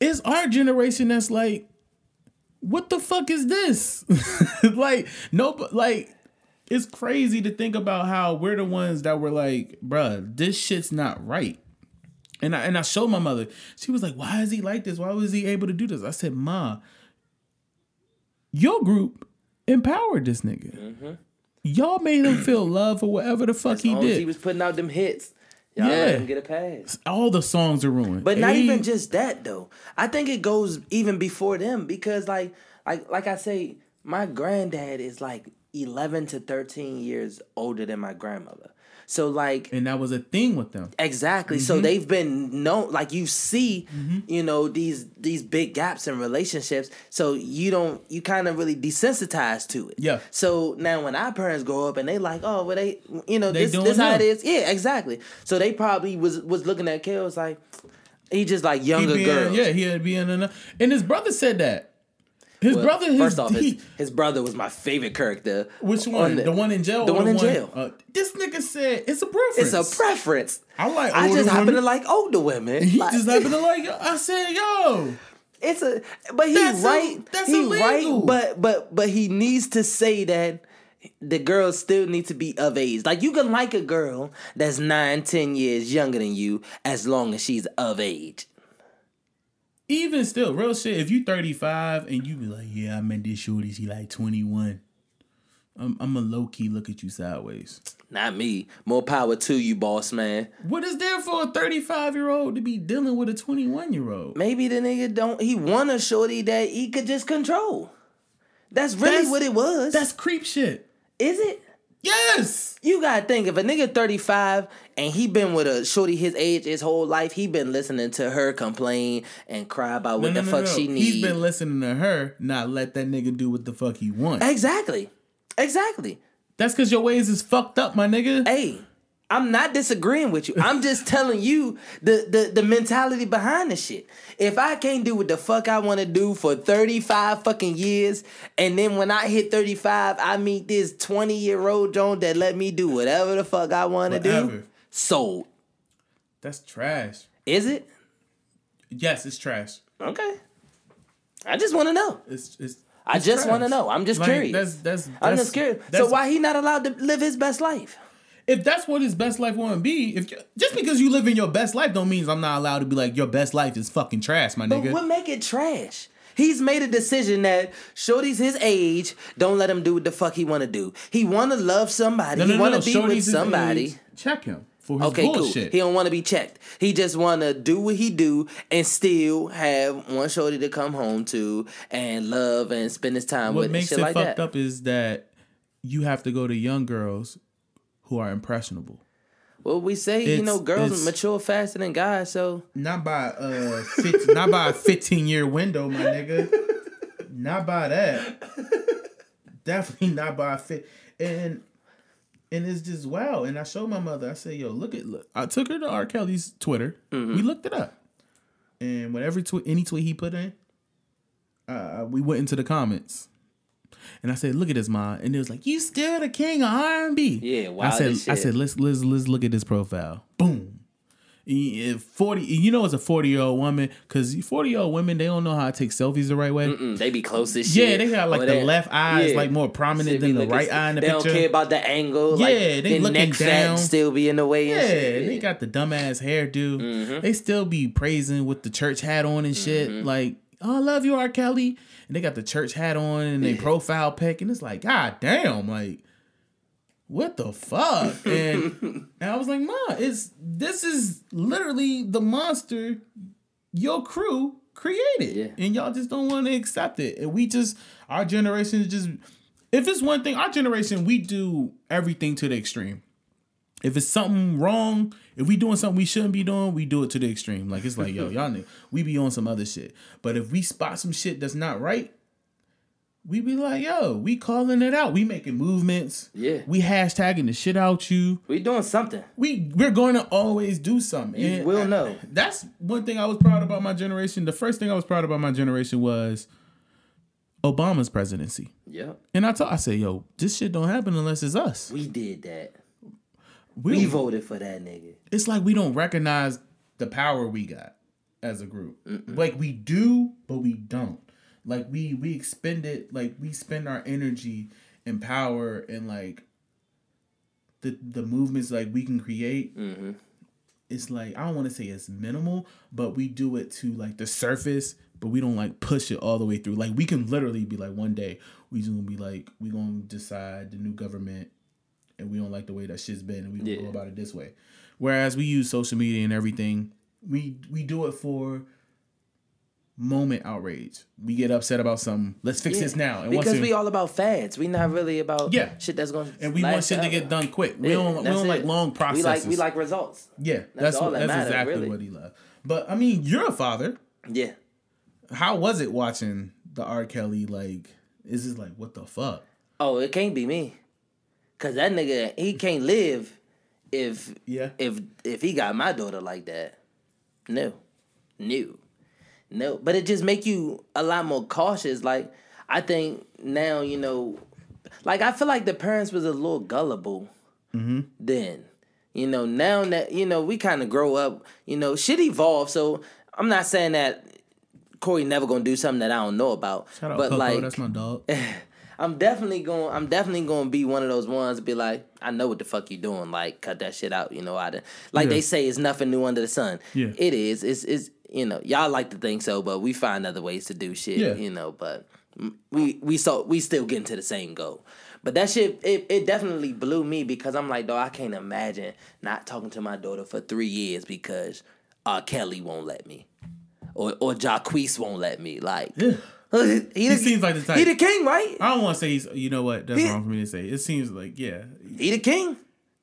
A: It's our generation that's like, what the fuck is this? like, nope. Like, it's crazy to think about how we're the ones that were like, bruh, this shit's not right. And I and I showed my mother. She was like, "Why is he like this? Why was he able to do this?" I said, "Ma, your group empowered this nigga. Y'all made him feel love for whatever the fuck he
B: Long Mm-hmm. as
A: did.
B: he was putting out them hits. Y'all yeah.
A: Yeah.
B: let him get a pass.
A: All the songs are ruined,
B: But not
A: Hey,
B: even just that though. I think it goes even before them because like like like I say, my granddad is like eleven to thirteen years older than my grandmother. So like
A: and that was a thing with them.
B: Exactly.
A: Mm-hmm.
B: So they've been known like you see, you know, these these big gaps in relationships. So you don't you kind of really desensitized to it.
A: Yeah.
B: So now when our parents grow up and they like, oh, well they you know,
A: They
B: this
A: doing
B: this how it
A: them.
B: is. Yeah, exactly. So they probably was was looking at Kels like he just like
A: He
B: younger
A: being-
B: girls.
A: yeah, he had being an, and his brother said that. His
B: Well,
A: brother, his,
B: first off,
A: he-
B: his, his brother was my favorite character.
A: which
B: on
A: one? the, one in jail.
B: The
A: or
B: one in jail.
A: uh, this nigga said it's a preference.
B: It's a preference.
A: I like
B: I
A: older
B: just happen
A: women.
B: to like older women.
A: He
B: Like-
A: just happened to like. I said, yo,
B: It's a but he
A: That's a-
B: right.
A: that's
B: he
A: illegal.
B: right. But but but he needs to say that the girls still need to be of age. Like you can like a girl that's nine, ten years younger than you as long as she's of age.
A: even still, real shit. If you 35 and you be like, yeah, I met this shorty, she like 21. I'm I'm a low key look at you sideways.
B: Not me. More power to you, boss man.
A: What is there for a 35 year old to be dealing with a 21 year old?
B: Maybe the nigga don't. He want a shorty that he could just control. That's really
A: That's-
B: what it was.
A: That's creep shit.
B: is it?
A: Yes.
B: You gotta think if a nigga 35 and he been with a shorty his age his whole life, he been listening to her complain and cry about what
A: No, no,
B: the
A: no,
B: fuck
A: no.
B: she needs.
A: He's been listening to her, not let that nigga do what the fuck he wants.
B: exactly. Exactly.
A: That's because your ways is fucked up, my nigga.
B: Hey, I'm not disagreeing with you. I'm just telling you the, the the mentality behind the shit. If I can't do what the fuck I wanna do for 35 fucking years, and then when I hit 35, I meet this 20 year old Joan that let me do whatever the fuck I wanna do.
A: Whatever.
B: Sold.
A: That's trash.
B: Is it?
A: Yes, it's trash.
B: Okay. I just want to know.
A: It's it's.
B: I
A: it's
B: just
A: trash.
B: wanna know. I'm just curious.
A: That's that's.
B: I'm
A: that's-
B: just scared. So
A: that's-
B: why he not allowed to live his best life?
A: if that's what his best life want to be, if just because you live in your best life don't means I'm not allowed to be like your best life is fucking trash, my
B: But
A: nigga.
B: what make it trash? He's made a decision that Shorty's his age. Don't let him do what the fuck he want to do. He want to love somebody. he want to be
A: Shorty's
B: with
A: his
B: somebody.
A: age. Check him for his
B: Okay,
A: bullshit.
B: cool. He don't want to be checked. He just want to do what he do and still have one shorty to come home to and love and spend his time with
A: what
B: and
A: makes
B: shit
A: it
B: like
A: fucked
B: that.
A: up is that you have to go to young girls who are impressionable.
B: Well, we say you
A: It's-
B: know girls
A: it's-
B: mature faster than guys, so
A: Not by uh, fit, not by a fifteen year window, my nigga. Not by that. definitely not by a fit. And and it's just wow. And I showed my mother. I said, "Yo, look at look." I took her to R. Kelly's Twitter.
B: Mm-hmm.
A: We looked it up, and whatever tweet, any tweet he put in, uh, we went into the comments. And I said, "Look at this, ma," and it was like, "You still the king of R and B."
B: Yeah,
A: I
B: wild
A: said,
B: as
A: "I
B: shit.
A: said, let's let's let's look at this profile." Boom. Y- if eh, Forty, you know, it's a forty-year-old woman because forty-year-old women they don't know how to take selfies the right way.
B: Mm, they be close as shit.
A: Yeah, they got like
B: Over
A: the
B: there.
A: left eye is
B: Oh, Yeah.
A: like more
B: Shit
A: prominent
B: be
A: than the
B: looking
A: right
B: s-
A: eye in the
B: they
A: picture.
B: don't care about the angle. like,
A: Yeah, they
B: the
A: looking
B: neck fat
A: down.
B: still be in the way.
A: Yeah,
B: and shit. Mm-hmm.
A: they got the dumbass hairdo. They still be praising with the church hat on and shit. Like, oh, I love you, R. Kelly. And they got the church hat on and they profile pic, and it's like, God damn, like, what the fuck? And, and I was like, Ma, it's this is literally the monster your crew created,
B: Yeah.
A: and y'all just don't want to accept it. And we just, our generation is just. If it's one thing, our generation, we do everything to the extreme if it's something wrong, if we doing something we shouldn't be doing, we do it to the extreme. Like it's like, yo, y'all niggas, we be on some other shit. But if we spot some shit that's not right, we be like, yo, we calling it out. We making movements.
B: Yeah.
A: We hashtagging the shit out you.
B: We doing something.
A: We we're going to always do something.
B: You
A: And
B: will
A: I-
B: know.
A: That's one thing I was proud about my generation. The first thing I was proud about my generation was Obama's presidency.
B: Yeah,
A: And I told I said, yo, this shit don't happen unless it's us.
B: we did that.
A: We,
B: We
A: we
B: voted for that nigga.
A: it's like we don't recognize the power we got as a group. Like we do, but we don't. Like we we expend it like we spend our energy and power and like the the movements like we can create.
B: Mm-hmm.
A: It's like I don't want to say it's minimal, but we do it to like the surface, but we don't like push it all the way through. Like we can literally be like one day we just gonna be like we gonna decide the new government and we don't like the way that shit's been and we gonna
B: Yeah.
A: go about it this way. Whereas we use social media and everything, we we do it for moment outrage. We get upset about something. Let's fix this now. And once
B: because
A: it-
B: we all about fads. We not really about
A: Yeah.
B: shit that's going.
A: and we want
B: uh,
A: shit to get done quick. We don't we don't like long processes.
B: We like we like results.
A: yeah, that's that's,
B: all that
A: that's
B: matter,
A: exactly
B: really.
A: what he loved. But I mean, you're a father.
B: Yeah,
A: How was it watching the R. Kelly? Like, is this like what the fuck?
B: Oh, it can't be me. Cause that nigga, he can't live if
A: Yeah.
B: if if he got my daughter like that. No. No. No. But it just make you a lot more cautious. Like, I think now, you know, like I feel like the parents was a little gullible then. You know, now that you know, we kinda grow up, you know, shit evolves. So I'm not saying that Corey never gonna do something that I don't know about.
A: Shout out
B: but
A: Coco,
B: like
A: that's my dog.
B: I'm definitely going. I'm definitely going to be one of those ones. Be like, I know what the fuck you doing. Like, cut that shit out. You know, I done, like
A: Yeah.
B: they say, it's nothing new under the sun.
A: Yeah.
B: it is. It's it's you know, y'all like to think so, but we find other ways to do shit.
A: Yeah.
B: You know, but mm, we we so we still getting to the same goal. But that shit, it, it definitely blew me because I'm like, dog, I can't imagine not talking to my daughter for three years because uh, Kelly won't let me, or or Jacquees won't let me. Like, he, the-
A: seems like the type.
B: He the king, right?
A: I don't want to say he's. You know what? That's
B: Yeah.
A: wrong for me to say. It seems like yeah.
B: He the king.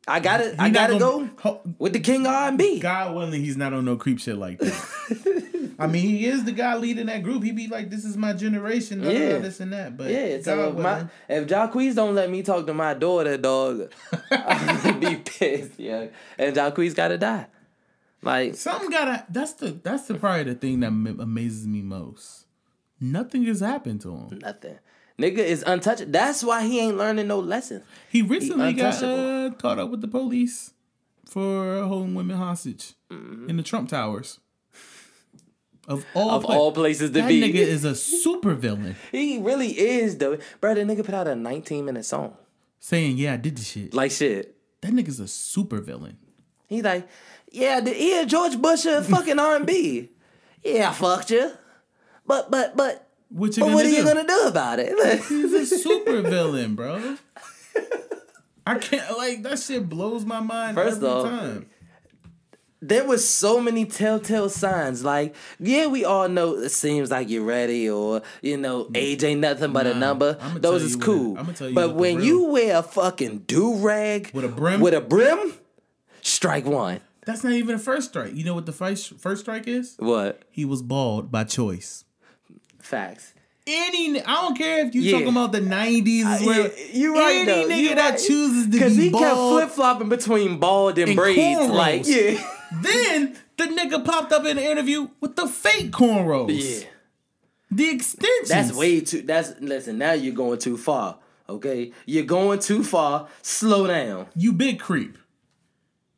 B: I gotta, I
A: He not
B: gotta
A: gonna-
B: go with the king R and B.
A: God willing, he's not on no creep shit like that. I mean, he is the guy leading that group. He be like, "This is my generation, da, da, da,
B: Yeah.
A: this and that." But
B: Yeah,
A: God
B: so if my
A: willing.
B: if Jacquees don't let me talk to my daughter, dog, I'm gonna be pissed, yeah. And Jacquees gotta die. Like,
A: something gotta. That's the that's the probably the thing that m- amazes me most. Nothing has happened to him.
B: nothing. Nigga is untouchable. That's why he ain't learning no lessons.
A: He recently got uh,
B: untouchable.
A: caught up with the police for holding women hostage in the Trump Towers. Of all
B: Mm-hmm. Of
A: pla-
B: all places to
A: that
B: be.
A: nigga is a super villain.
B: He really is, though. Bro, that nigga put out a 19 minute song.
A: Saying, "Yeah, I did the shit."
B: Like, shit.
A: That nigga's a super villain.
B: He like, yeah, the, yeah, George Bush a fucking R and B. Yeah, I fucked you, but but but
A: What you
B: but
A: gonna
B: what are
A: do?
B: you gonna do about it?
A: He's a super villain, bro. I can't like that shit blows my mind
B: First
A: every
B: off,
A: time.
B: there was so many telltale signs. Like, yeah, we all know it seems like you're ready, or you know, age ain't nothing but
A: Mm.
B: a
A: Nah,
B: number.
A: I'ma
B: Those
A: tell
B: is
A: you what-
B: cool.
A: I'ma tell you
B: but
A: what the
B: when
A: real-
B: you wear a fucking do rag
A: With a brim?
B: with a brim, strike one.
A: That's not even a first strike. You know what the first first strike is?
B: What
A: He was bald by choice.
B: facts?
A: any, I don't care if you
B: Yeah.
A: talking about the nineties.
B: Uh, yeah, you right,
A: Any
B: though.
A: nigga
B: You
A: that
B: right.
A: chooses to
B: Because
A: be
B: he kept
A: bald,
B: flip flopping between bald and,
A: and
B: braids.
A: cornrows.
B: Like, yeah.
A: then the nigga popped up in an interview with the fake cornrows.
B: Yeah.
A: The extensions.
B: That's way too. That's listen. Now you're going too far. Okay, you're going too far. Slow down.
A: You big creep.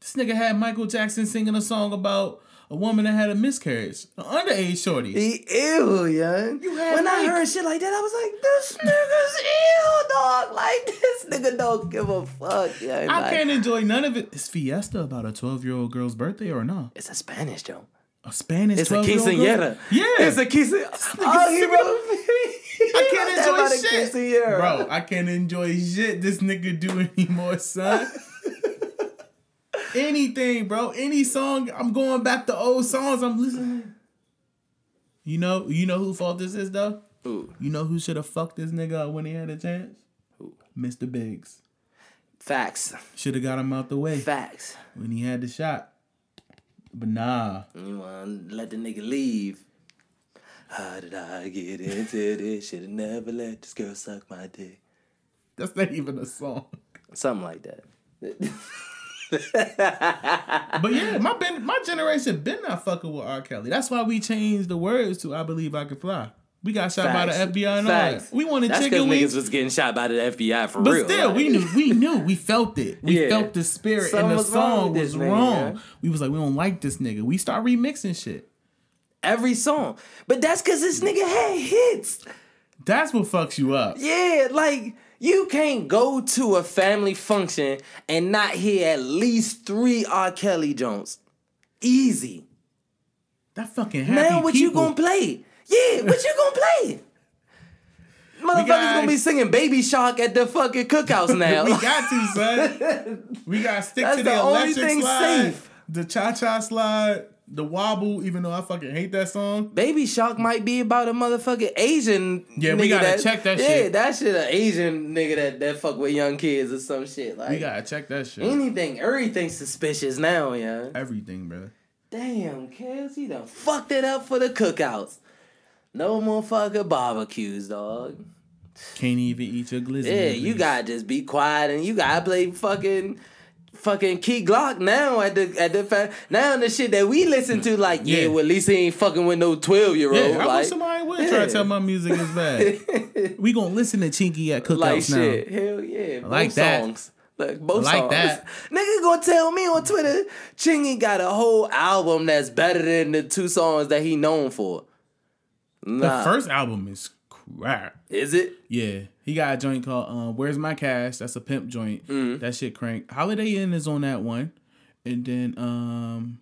A: This nigga had Michael Jackson singing a song about a woman that had a miscarriage, an underage shorty.
B: He ill, young.
A: had
B: when I
A: like-
B: heard shit like that, I was like, this nigga's ill, dog. Like this nigga don't give a fuck, young.
A: I
B: Like,
A: can't enjoy none of it. Is Fiesta about a twelve year old girl's birthday or not?
B: It's a Spanish joke.
A: A Spanish
B: It's a
A: 12 -year-old girl?
B: quinceañera.
A: Yeah,
B: It's a quinceañera. Oh, he
A: singing-
B: wrote.
A: I
B: he wrote that about a
A: can't enjoy shit,
B: quinceañera.
A: bro. I can't enjoy shit this nigga do anymore, son. Anything, bro. Any song. I'm going back to old songs. I'm listening. You know, you know who fault this is though.
B: Ooh,
A: You know who should have fucked this nigga up when he had a chance. Mr. Biggs
B: facts,
A: should have got him out the way
B: facts.
A: when he had the shot. But nah,
B: You want to let the nigga leave. How did I get into this? Should have never let this girl suck my dick.
A: that's not even a song.
B: Something like that.
A: But yeah, my been my generation been not fucking with R. Kelly. That's why we changed the words to "I Believe I Can Fly." We got shot
B: Facts.
A: by the FBI and
B: Facts.
A: all that. We wanted
B: That's 'cause
A: chicken
B: niggas
A: wings,
B: was getting shot by the FBI for
A: but
B: real.
A: still,
B: like.
A: we knew, we knew, we felt it. We
B: Yeah.
A: felt the spirit,
B: Something
A: and the
B: was wrong
A: song
B: with
A: was
B: this nigga,
A: wrong.
B: man.
A: We was like, we don't like this nigga. We start remixing shit.
B: every song. But that's because this nigga had hits.
A: That's what fucks you up.
B: Yeah, like you can't go to a family function and not hear at least three R. Kelly Jones. Easy.
A: That fucking happy
B: Now what you
A: people.
B: gonna play? Yeah, what you gonna play? Motherfuckers
A: got-
B: gonna be singing Baby Shark at the fucking cookouts now.
A: we got to, son. We got to stick
B: That's
A: to the,
B: the only
A: electric
B: thing
A: slide,
B: safe.
A: the cha cha slide, the wobble. Even though I fucking hate that song.
B: Baby Shark might be about a motherfucking Asian.
A: Yeah, we
B: nigga
A: gotta check that
B: yeah,
A: shit.
B: that shit an Asian nigga that, that fuck with young kids or some shit. Like
A: We gotta check that shit.
B: anything, everything suspicious now, yeah.
A: Everything, brother.
B: Damn, Kels, he done fucked it up for the cookouts. No more fucking barbecues, dog.
A: Can't even eat your glizzy.
B: Yeah, you gotta just be quiet and you gotta play fucking fucking Key Glock now at the at the fa- now the shit that we listen to like yeah,
A: Yeah.
B: well at least he ain't fucking with no twelve year old
A: Yeah, I
B: like
A: wish somebody would try
B: Yeah.
A: to tell my music is bad. we gonna listen to Chinky at cookouts
B: like
A: now.
B: shit hell yeah both
A: like that.
B: songs like both
A: I like
B: songs
A: that.
B: nigga gonna tell me on Twitter Chingy got a whole album that's better than the two songs that he known for
A: The
B: nah
A: first album is crap.
B: is it
A: Yeah, he got a joint called um, "Where's My Cash." That's a pimp joint.
B: Mm.
A: That shit crank. Holiday Inn is on that one, and then um,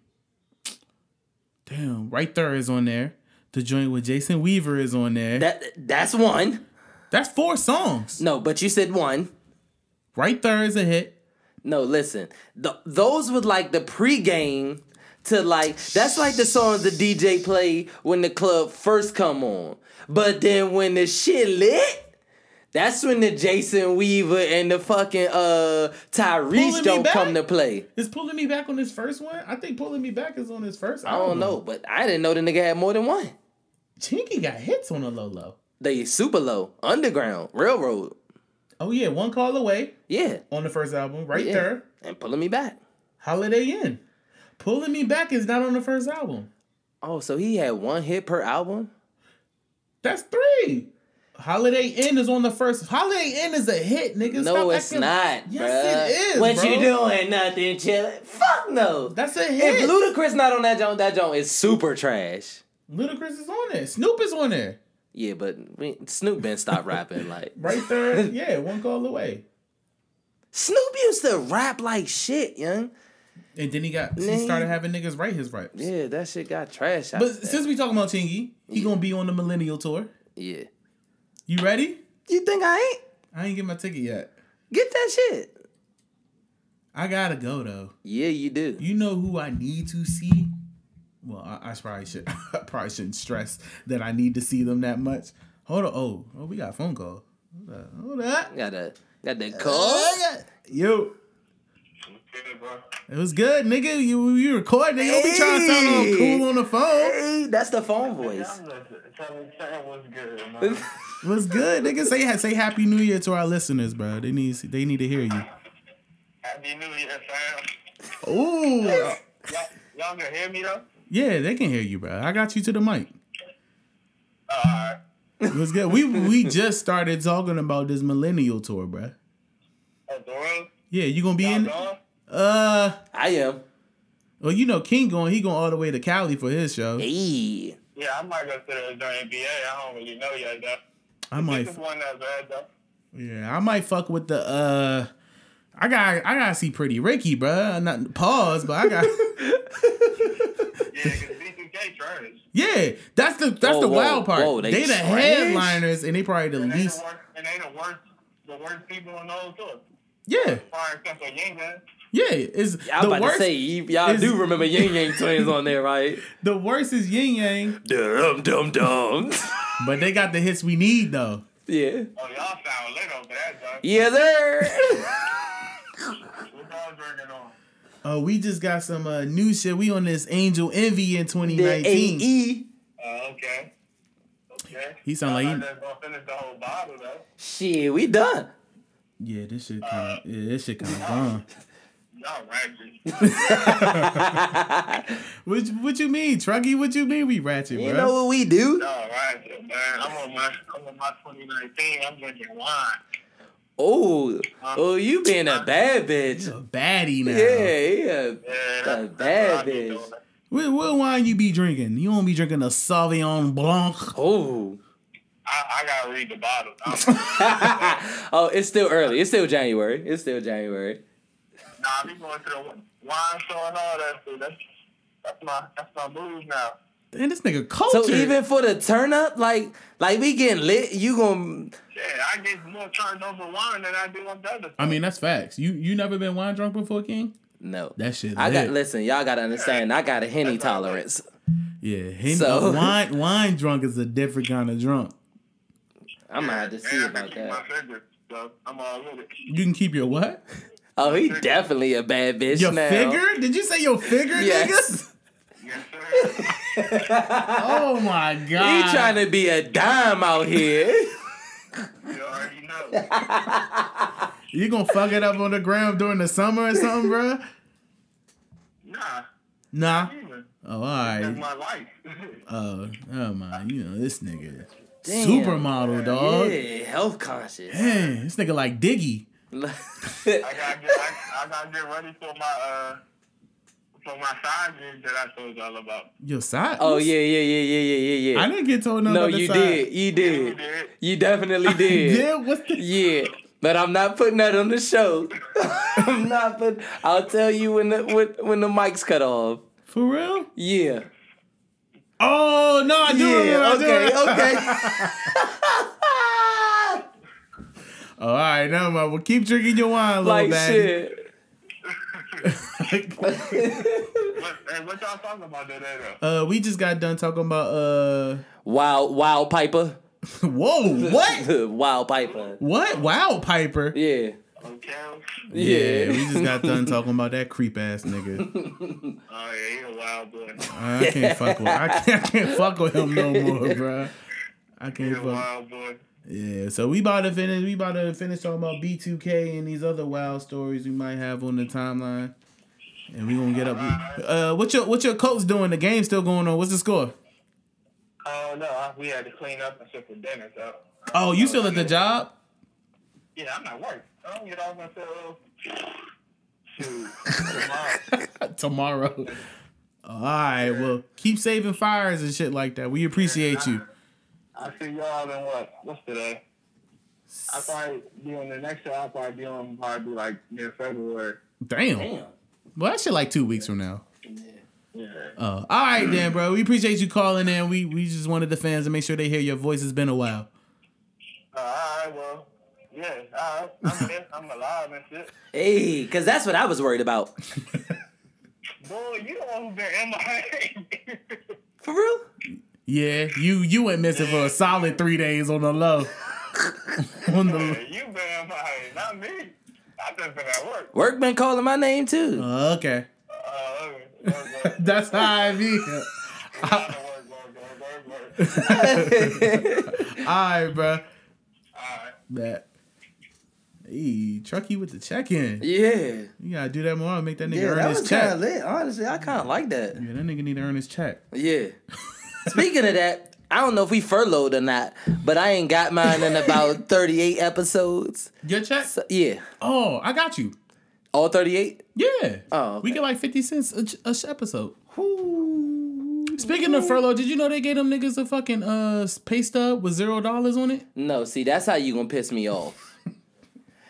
A: damn, right there is on there. The joint with Jason Weaver is on there.
B: that that's one
A: That's four songs.
B: no but you said one
A: Right there is a hit.
B: No, listen. Th- those were like the pregame to like that's like the songs the DJ play when the club first come on. But then when the shit lit, that's when the Jason Weaver and the fucking uh
A: Pulling Me
B: Tyrese don't
A: Back?
B: come to play.
A: Is pulling me back on his first one? I think pulling me back is on his first.
B: I don't know, but I didn't know the nigga had more than one.
A: Chinky got hits on a low low.
B: They super low, underground, railroad.
A: Oh yeah, one call away
B: Yeah.
A: on the first album, right
B: yeah.
A: there.
B: And pulling me back.
A: Holiday Inn. Pulling me back is not on the first album.
B: Oh, so he had one hit per album?
A: That's three. Holiday Inn is on the first. Holiday Inn is a hit, nigga.
B: No,
A: Stop
B: it's
A: acting-
B: not.
A: Yes,
B: bruh.
A: it is.
B: What
A: bro.
B: you doing? Nothing chilling. Fuck no.
A: That's a
B: if
A: hit.
B: Ludacris not on that joint, that joint is super trash.
A: Ludacris is on there. Snoop is on there.
B: Yeah, but we, Snoop been stopped rapping like
A: Right there. yeah, one call away.
B: Snoop used to rap like shit, young.
A: And then he got. He
B: Nigga.
A: started having niggas write his rhymes.
B: Yeah, that shit got trash.
A: But since we talking about Chingy, he gonna be on the Millennial tour.
B: yeah,
A: You ready?
B: you think I ain't
A: I ain't get my ticket yet.
B: get that shit?
A: I gotta go though.
B: Yeah, you do.
A: You know who I need to see? Well, I, I probably should. I probably shouldn't stress that I need to see them that much. Hold on. Oh, oh we got a phone call. Hold up. Hold up.
B: Uh, Got that, got that call.
A: Yo,
C: What's good, bro?
A: It was good, nigga. You you recording? You don't be trying to sound all
B: Hey.
A: cool on the phone.
B: Hey, that's the phone
C: Yeah,
B: voice.
C: I'm just telling Sam what's good, man.
A: What's good, nigga? Say say Happy New Year to our listeners, bro. They need they need to hear you.
C: Happy New Year, fam.
A: Ooh,
C: Y'all, y'all can hear me though?
A: yeah, they can hear you, bro. I got you to the mic.
C: Alright.
A: What's good? We we just started talking about this millennial tour, bro.
C: Oh, the room?
A: Yeah, you gonna be
C: Y'all
A: in?
C: gone?
A: Uh,
B: I am.
A: well, you know King going. He going all the way to Cali for his show.
B: Hey.
C: Yeah, I might go to the during NBA. I don't really know yet though.
A: I might.
C: This is one that's bad though.
A: Yeah, I might fuck with the uh I got I gotta see Pretty Ricky, bruh. Not pause, but I got
C: Yeah, because B2K trash.
A: yeah. That's the that's
B: Whoa,
A: the
B: whoa,
A: wild part.
B: whoa,
A: they
B: they
A: the
B: trash?
A: headliners, and they probably the
C: And they the
A: least.
C: worst. And they the worst. The worst people on the whole tour.
A: Yeah,
C: Far except for Yinga.
A: yeah. Is
B: I
A: the
B: was about
A: worst?
B: to say, y- y'all
A: is-
B: do remember Yang Yang Twins on there, right?
A: The worst is Yin Yang,
B: Dum dum dum.
A: but they got the hits we need though.
B: yeah.
C: Oh, y'all sound lit over that though.
B: Yes, sir.
C: What y'all drinking on?
A: Uh, we just got some uh, new shit. We on this Angel Envy in
B: the E
A: 2019.
B: AE.
C: Uh, okay. Okay.
A: He sound like he-
C: I'm not just gonna finish the whole bottle though.
B: Shit, we done.
A: Yeah, this shit kind of yeah, this shit kind of gone.
C: Y'all ratchet.
A: What what you mean, Trucky? What you mean we ratchet,
B: You
A: bruh?
B: know what we do?
C: Y'all ratchet, man. I'm on my I'm on my 2019. I'm drinking wine.
B: Oh, oh, you being a bad bitch.
A: a baddie now.
B: Yeah,
C: Yeah,
B: yeah.
C: that's,
B: A
C: that's what I
B: bad
C: be
B: bitch.
C: doing.
A: What, what wine you be drinking? You don't be drinking a Sauvignon Blanc.
B: Oh.
C: I, I gotta read the bottle. I'm-
B: oh, it's still early. It's still January. It's still January.
C: nah, I be going to the wine store and all that shit. That's that's my that's my move now.
A: And this nigga culture.
B: So even for the turn up, like like we getting lit, you gonna
C: Yeah, I get more turned over wine than I do on the other.
A: I mean, that's facts. You you never been wine drunk before, King?
B: no.
A: That shit.
B: I got
A: lit.
B: listen, y'all gotta understand. I got a henny tolerance.
A: Yeah, Hen-
B: So-
A: uh, wine wine drunk is a different kind of drunk.
B: I'm gonna have to see
C: And I can
B: about
C: keep
B: that.
C: My figure, so I'm all with it.
A: You can keep your what?
B: Oh, he definitely a bad bitch
A: Your
B: now.
A: figure? Did you say your figure,
B: Yes.
A: nigga?
C: Yes, sir.
A: Oh my god.
B: He trying to be a dime out here.
C: you already know.
A: You gonna fuck it up on the ground during the summer or something, bro?
C: Nah,
A: Nah.
C: even.
A: Oh, all right.
C: That's my life.
A: Oh, oh my. You know this nigga.
B: Damn.
A: Supermodel dog.
B: yeah, health conscious.
A: Damn, this nigga like Diggy.
C: I gotta get I, I gotta get ready for my uh for my side gig that I told y'all about.
A: Your side?
B: oh yeah, yeah, yeah, yeah, yeah, yeah, yeah.
A: I didn't get told nothing
B: no,
A: about the
B: you
A: side.
B: did. You
C: You
B: did.
C: did.
B: You definitely did.
A: Yeah, what's the
B: Yeah, but I'm not putting that on the show. I'm not put. I'll tell you when the when, when the mic's cut off.
A: for real?
B: Yeah.
A: Oh no, I do remember.
B: Yeah.
A: I do
B: Okay.
A: remember.
B: Okay.
A: Oh, all right, never mind. Well, keep drinking your wine, little
B: like
A: baddie.
B: shit.
C: What, hey, what y'all talking about today though?
A: uh, we just got done talking about uh.
B: Wild Wild Piper.
A: Whoa, what?
B: wild Piper.
A: what? Wow, Piper.
B: Yeah.
C: Okay.
A: Yeah, we
B: Yeah.
A: just got done talking about that creep ass nigga.
C: Oh yeah, he a wild boy.
A: I can't fuck with. I can't, I can't fuck with him no more, bruh. I
C: He
A: can't
C: a
A: fuck.
C: wild boy.
A: Yeah, so we about to finish. We about to finish talking about B2K and these other wild stories we might have on the timeline, and we gonna get up. Uh, what your what your coach doing? The game's still going on. What's the score?
C: Oh no, I- we had to clean up and shit for dinner, so
A: Oh, you still at the job?
C: yeah, I'm not work. I don't get off until shoot tomorrow.
A: Tomorrow. Oh, All right. Well, keep saving fires and shit like that. We appreciate you.
C: I see y'all in what? What's today? I probably be on the next show. I probably be on probably be like near February.
A: Damn.
B: Damn.
A: Well, that shit like two weeks from now.
C: Yeah.
A: Uh, all right, then, bro. We appreciate you calling in. We we just wanted the fans to make sure they hear your voice. It's been a while.
C: all right. Well. Yeah. All right. I'm here. I'm alive and shit.
B: Hey, cause that's what I was worried about.
C: Boy, you the one who been MIA.
B: For real?
A: Yeah, you you went missing for a solid three days on the low. on the
C: you been MIA, not me. I just been at work.
B: Work been calling my name too.
A: Okay.
C: Uh, work, work, work.
A: That's how I be.
C: Gotta work, work, work, work,
A: Uh.
C: work.
A: All right, bro.
C: Alright.
A: That. Hey, Trucky with the check in.
B: yeah.
A: You gotta do that more. Make that nigga
B: Yeah,
A: earn
B: that was
A: his
B: kind
A: check.
B: of lit. Honestly, I kind of like that.
A: Yeah, that nigga need to earn his check.
B: Yeah. Speaking of that, I don't know if we furloughed or not, but I ain't got mine in about 38 episodes.
A: Your check?
B: So, yeah.
A: Oh, I got you.
B: All 38?
A: Yeah.
B: Oh,
A: We
B: okay.
A: get like 50 cents a, ch- a sh- episode. Speaking of furlough, did you know they gave them niggas a fucking uh pay stub with zero dollars on it?
B: No, see, that's how you gonna piss me off.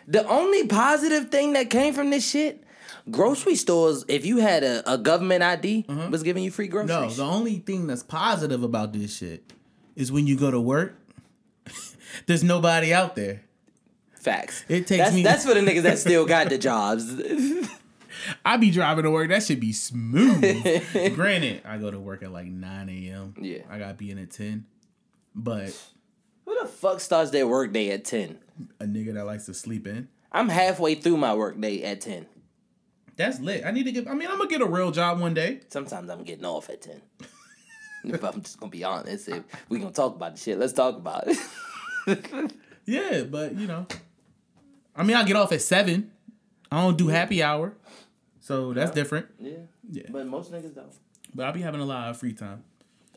B: the only positive thing that came from this shit, grocery stores, if you had a, a government ID, was giving you free
A: Mm-hmm. No,
B: groceries.
A: the only thing that's positive about this shit is when you go to work, there's nobody out there.
B: Facts.
A: It takes
B: that's,
A: me-
B: That's for the niggas that still got the jobs.
A: I be driving to work. That should be smooth. Granted, I go to work at like 9 a.m.
B: Yeah.
A: I gotta be in at 10. But
B: Who the fuck starts their workday at 10?
A: a nigga that likes to sleep in,
B: I'm halfway through my workday at 10.
A: that's lit. I need to get, I mean, I'm gonna get a real job one day.
B: Sometimes I'm getting off at 10. if I'm just gonna be honest, if we gonna talk about the shit, let's talk about it.
A: Yeah, but you know, I mean, I get off at seven. I don't do happy hour, so that's different.
B: yeah.
A: Yeah.
B: But most niggas don't.
A: But I'll be having a lot of free time,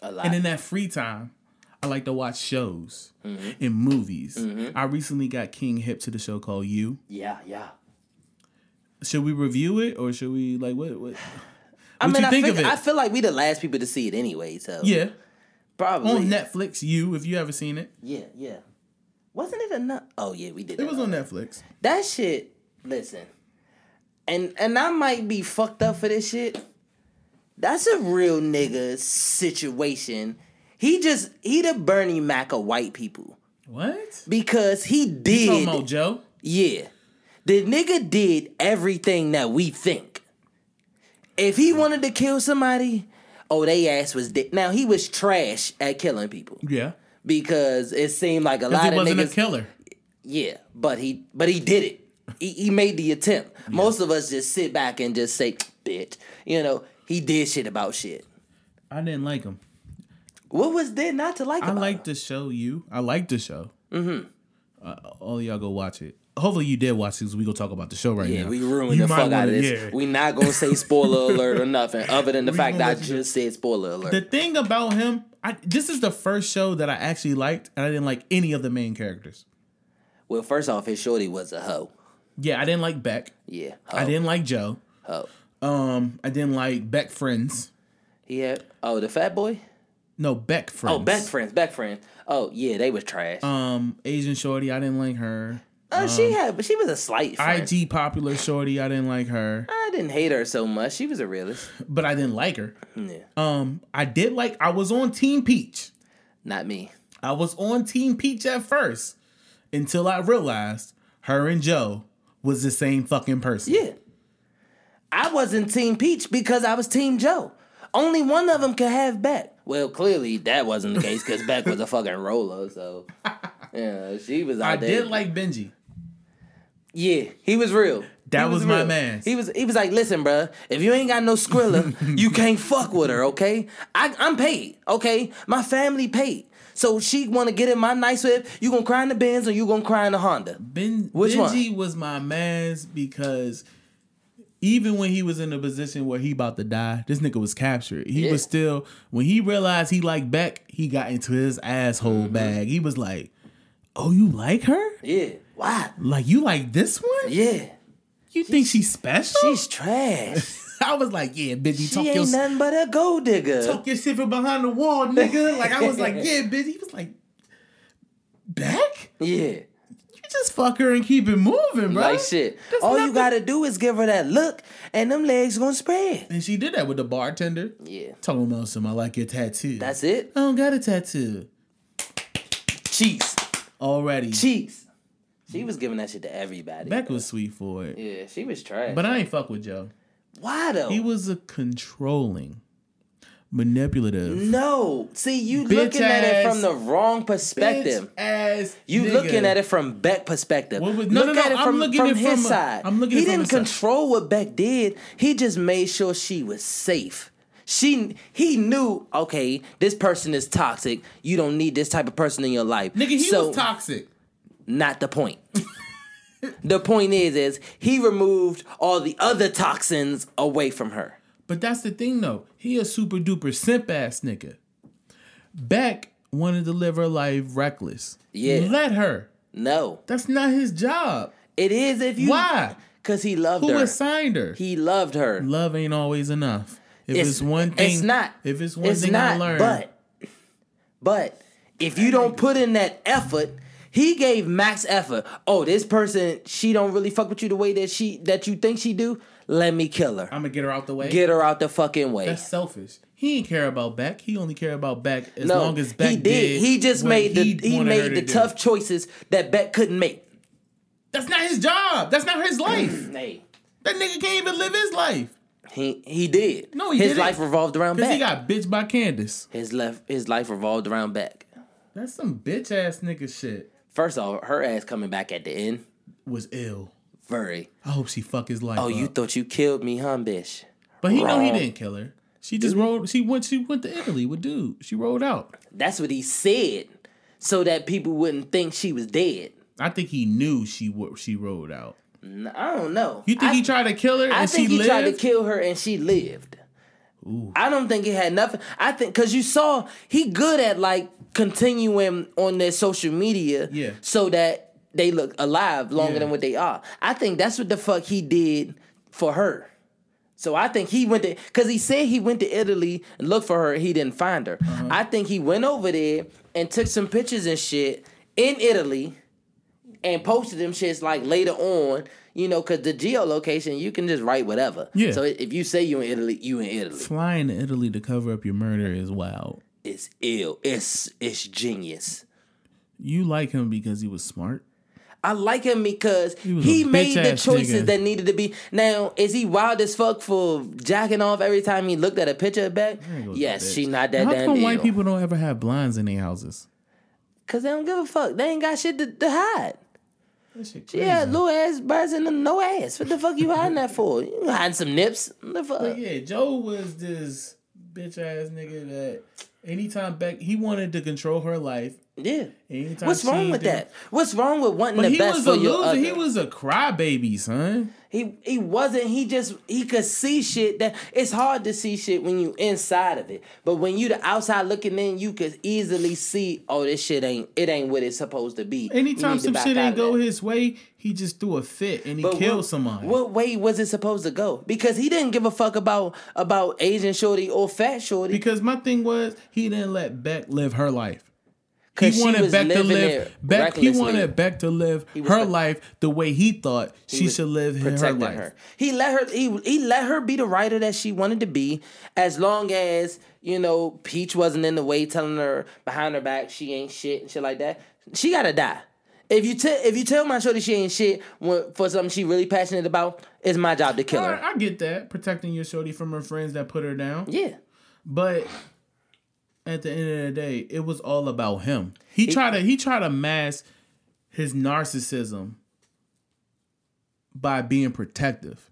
B: A lot.
A: and in that free time, I like to watch shows
B: Mm-hmm.
A: and movies. I recently got King hip to the show called You.
B: yeah, yeah.
A: Should we review it or should we like what? What,
B: I
A: what
B: mean,
A: you think
B: I,
A: of
B: fig-
A: it?
B: I feel like we the last people to see it anyway, so
A: yeah,
B: probably.
A: on Netflix. You, if you ever seen it,
B: Yeah, yeah. Wasn't it enough? Oh yeah, we did.
A: it
B: that
A: was on Netflix.
B: That shit. Listen, and and I might be fucked up for this shit. That's a real nigga situation. He just he the Bernie Mac of white people
A: What?
B: because he
A: Talking
B: did.
A: about Joe?
B: Yeah. The nigga did everything that we think. If he wanted to kill somebody, oh, they ass was dead. Now, he was trash at killing people
A: Yeah,
B: because it seemed like a lot
A: because
B: of
A: he wasn't
B: niggas.
A: a killer.
B: yeah, but he but he did it. He, he made the attempt. Most of us just sit back and just say, bitch. You know, he did shit about shit.
A: I didn't like him.
B: What was there not to like
A: I
B: about
A: like
B: him?
A: the show. You, I like the show. Mm-hmm. Uh, all y'all go watch it. Hopefully you did watch it because we gonna talk about the show right
B: Yeah,
A: now.
B: we ruined
A: You
B: the
A: might
B: fuck out of
A: wanna-
B: this.
A: yeah.
B: We not gonna say spoiler alert or nothing, other than the
A: We
B: fact
A: gonna
B: that I
A: let you-
B: just said spoiler alert.
A: the thing about him, I, this is the first show that I actually liked, and I didn't like any of the main characters.
B: Well, first off, his shorty was a hoe.
A: Yeah, I didn't like Beck.
B: Yeah, hoe,
A: I didn't like Joe.
B: hoe.
A: Um, I didn't like Beck friends.
B: He had oh the fat boy.
A: No, Beck friends.
B: Oh, back friends, back friends. Oh yeah, they was trash.
A: Um, Asian Shorty, I didn't like her.
B: uh, she had, but she was a slight. Friend.
A: IG popular Shorty, I didn't like her,
B: I didn't hate her so much. She was a realist.
A: but I didn't like her.
B: Yeah,
A: Um, I did like. I was on Team Peach.
B: not me.
A: I was on Team Peach at first until I realized her and Joe was the same fucking person.
B: Yeah, I wasn't Team Peach because I was Team Joe. Only one of them could have Beck. Well, clearly that wasn't the case because Beck was a fucking roller. So yeah, she was. Out
A: I
B: there.
A: did like Benji.
B: Yeah, he was real.
A: That
B: He
A: was my
B: real.
A: mans.
B: He was. He was like, listen, bruh, if you ain't got no skrilla, you can't fuck with her. Okay, I, I'm paid. Okay, my family paid. So she want to get in my nice whip. You gonna cry in the Benz or you gonna cry in the Honda?
A: Ben
B: Which
A: Benji was my man's because even when he was in a position where he about to die, this nigga was captured. He
B: Yeah.
A: was still when he realized he liked Beck, he got into his asshole
B: Mm-hmm.
A: bag. He was like, "Oh, you like her?
B: Yeah. Why?
A: Like you like this one?
B: Yeah.
A: You think she's special?"
B: She's trash.
A: I was like, "Yeah, Benji,
B: She
A: talk
B: ain't
A: your
B: nothing but a gold digger.
A: Tuck your shit from behind the wall, nigga. Like I was like, yeah, bitch. He was like, back?
B: Yeah.
A: You just fuck her and keep it moving, bro.
B: Like shit.
A: There's
B: All you
A: nothing-
B: gotta do is give her that look, and them legs gonna spread.
A: And she did that with the bartender.
B: Yeah.
A: Talking about some, I like your tattoo.
B: That's it.
A: I don't got a tattoo
B: Cheeks.
A: already.
B: Cheeks. She was giving that shit to everybody.
A: Beck was sweet for it,
B: Yeah, she was trash.
A: but I ain't fuck with Joe.
B: Why though?
A: He was a controlling. manipulative.
B: Mm-hmm. No, see, you
A: Bitch
B: looking at it
A: ass-
B: from the wrong perspective.
A: Bitch ass.
B: You
A: nigga.
B: looking at it from Beck perspective.
A: What was- no,
B: Look
A: no, no,
B: at it
A: I'm
B: from,
A: looking
B: from
A: at it
B: his
A: from a-
B: side.
A: I'm looking at it
B: he
A: from
B: didn't
A: his side.
B: control what Beck did. He just made sure she was safe. She he knew, okay, this person is toxic. You don't need this type of person in your life.
A: Nigga, he
B: so,
A: was toxic.
B: not the point. the point is is he removed all the other toxins away from her.
A: But that's the thing though. He a super duper simp ass nigga. Beck wanted to live her life reckless.
B: Yeah.
A: Let her.
B: No.
A: That's not his job.
B: It is if you
A: Why?
B: Cuz he loved
A: Who
B: her.
A: assigned her?
B: he loved her.
A: Love ain't always enough. If it's,
B: It's-
A: one thing,
B: It's not.
A: If it's one thing I learned,
B: But, but if you don't put in that effort, he gave max effort. Oh, this person, she don't really fuck with you the way that she that you think she do. Let me kill her.
A: I'm gonna get her out the way.
B: Get her out the fucking way.
A: That's selfish. He ain't care about Beck. He only care about Beck as
B: no,
A: long as Beck
B: he did. He just
A: what
B: made the
A: wanted
B: he
A: her
B: made
A: to
B: the
A: do.
B: tough choices that Beck couldn't make.
A: That's not his job. That's not his life.
B: Hey,
A: that nigga can't even live his life.
B: he he did.
A: No, he
B: his
A: didn't.
B: life revolved around
A: Cause
B: Beck.
A: he got bitched by Candace.
B: his left his life revolved around Beck.
A: That's some bitch ass nigga shit.
B: First off, her ass coming back at the end.
A: Was ill.
B: Very.
A: I hope she fuck his life.
B: Oh, you
A: up.
B: thought you killed me, huh, bitch?
A: But he know he
B: wrong.
A: didn't kill her. She just rolled. She went. She went to Italy with dude. She rolled out.
B: That's what he said, so that people wouldn't think she was dead.
A: I think he knew she wa- she rolled out.
B: N- I don't know.
A: You think
B: I,
A: he tried to kill her and
B: I think
A: she
B: he
A: lived?
B: tried to kill her and she lived. I don't think it had nothing. I think because you saw he good at like continuing on their social media,
A: Yeah.
B: so that they look alive longer
A: Yeah.
B: than what they are. I think that's what the fuck he did for her. So I think he went to because he said he went to Italy and looked for her. He didn't find her.
A: Uh-huh.
B: I think he went over there and took some pictures and shit in Italy and posted them shits like later on. You know, because the geolocation you can just write whatever.
A: Yeah.
B: So if you say you in Italy, you in Italy.
A: Flying to Italy to cover up your murder is wild.
B: It's ill. It's it's genius.
A: You like him because he was smart.
B: I like him because he,
A: was a
B: made the
A: bitch-ass
B: choices
A: nigga.
B: that needed to be. Now, is he wild as fuck for jacking off every time he looked at a picture back? Yes, she not that
A: How
B: damn
A: come
B: ill.
A: white people don't ever have blinds in their houses?
B: Cause they don't give a fuck. They ain't got shit to, to hide.
A: That shit crazy.
B: Yeah, little ass birds and a no ass. What the fuck you hiding that for? You hiding some nips? What the fuck?
A: yeah, Joe was this bitch ass nigga that anytime Beck he wanted to control her life.
B: Yeah.
A: Anytime
B: What's
A: she
B: wrong with
A: did-
B: that? What's wrong with wanting
A: But
B: the
A: he
B: best
A: was
B: for
A: a
B: your
A: loser.
B: other?
A: He was a crybaby, son.
B: He he wasn't. He just he could see shit that it's hard to see shit when you inside of it. But when you the outside looking in, you could easily see. Oh, this shit ain't it ain't what it's supposed to be. You
A: Anytime
B: need to
A: some
B: back
A: shit
B: out
A: ain't
B: of
A: go
B: that.
A: his way, he just threw a fit and he
B: But
A: killed
B: what,
A: somebody.
B: What way was it supposed to go? Because he didn't give a fuck about about Asian shorty or fat shorty.
A: Because my thing was he didn't let Beck live her life. He
B: 'Cause she
A: wanted
B: was
A: Beck to
B: living
A: live
B: it
A: Beck. He
B: recklessly.
A: wanted Beck to live
B: was
A: her
B: pre-
A: life the way he thought she
B: was
A: should live her- her
B: protecting
A: life.
B: He let her he, he let her be the writer that she wanted to be as long as, you know, Peach wasn't in the way telling her behind her back she ain't shit and shit like that. She gotta die. If you tell if you tell my shorty she ain't shit when, for something she really passionate about, it's my job to kill
A: All right,
B: her.
A: I get that protecting your shorty from her friends that put her down,
B: Yeah.
A: but at the end of the day, it was all about him. He tried to he tried to mask his narcissism by being protective,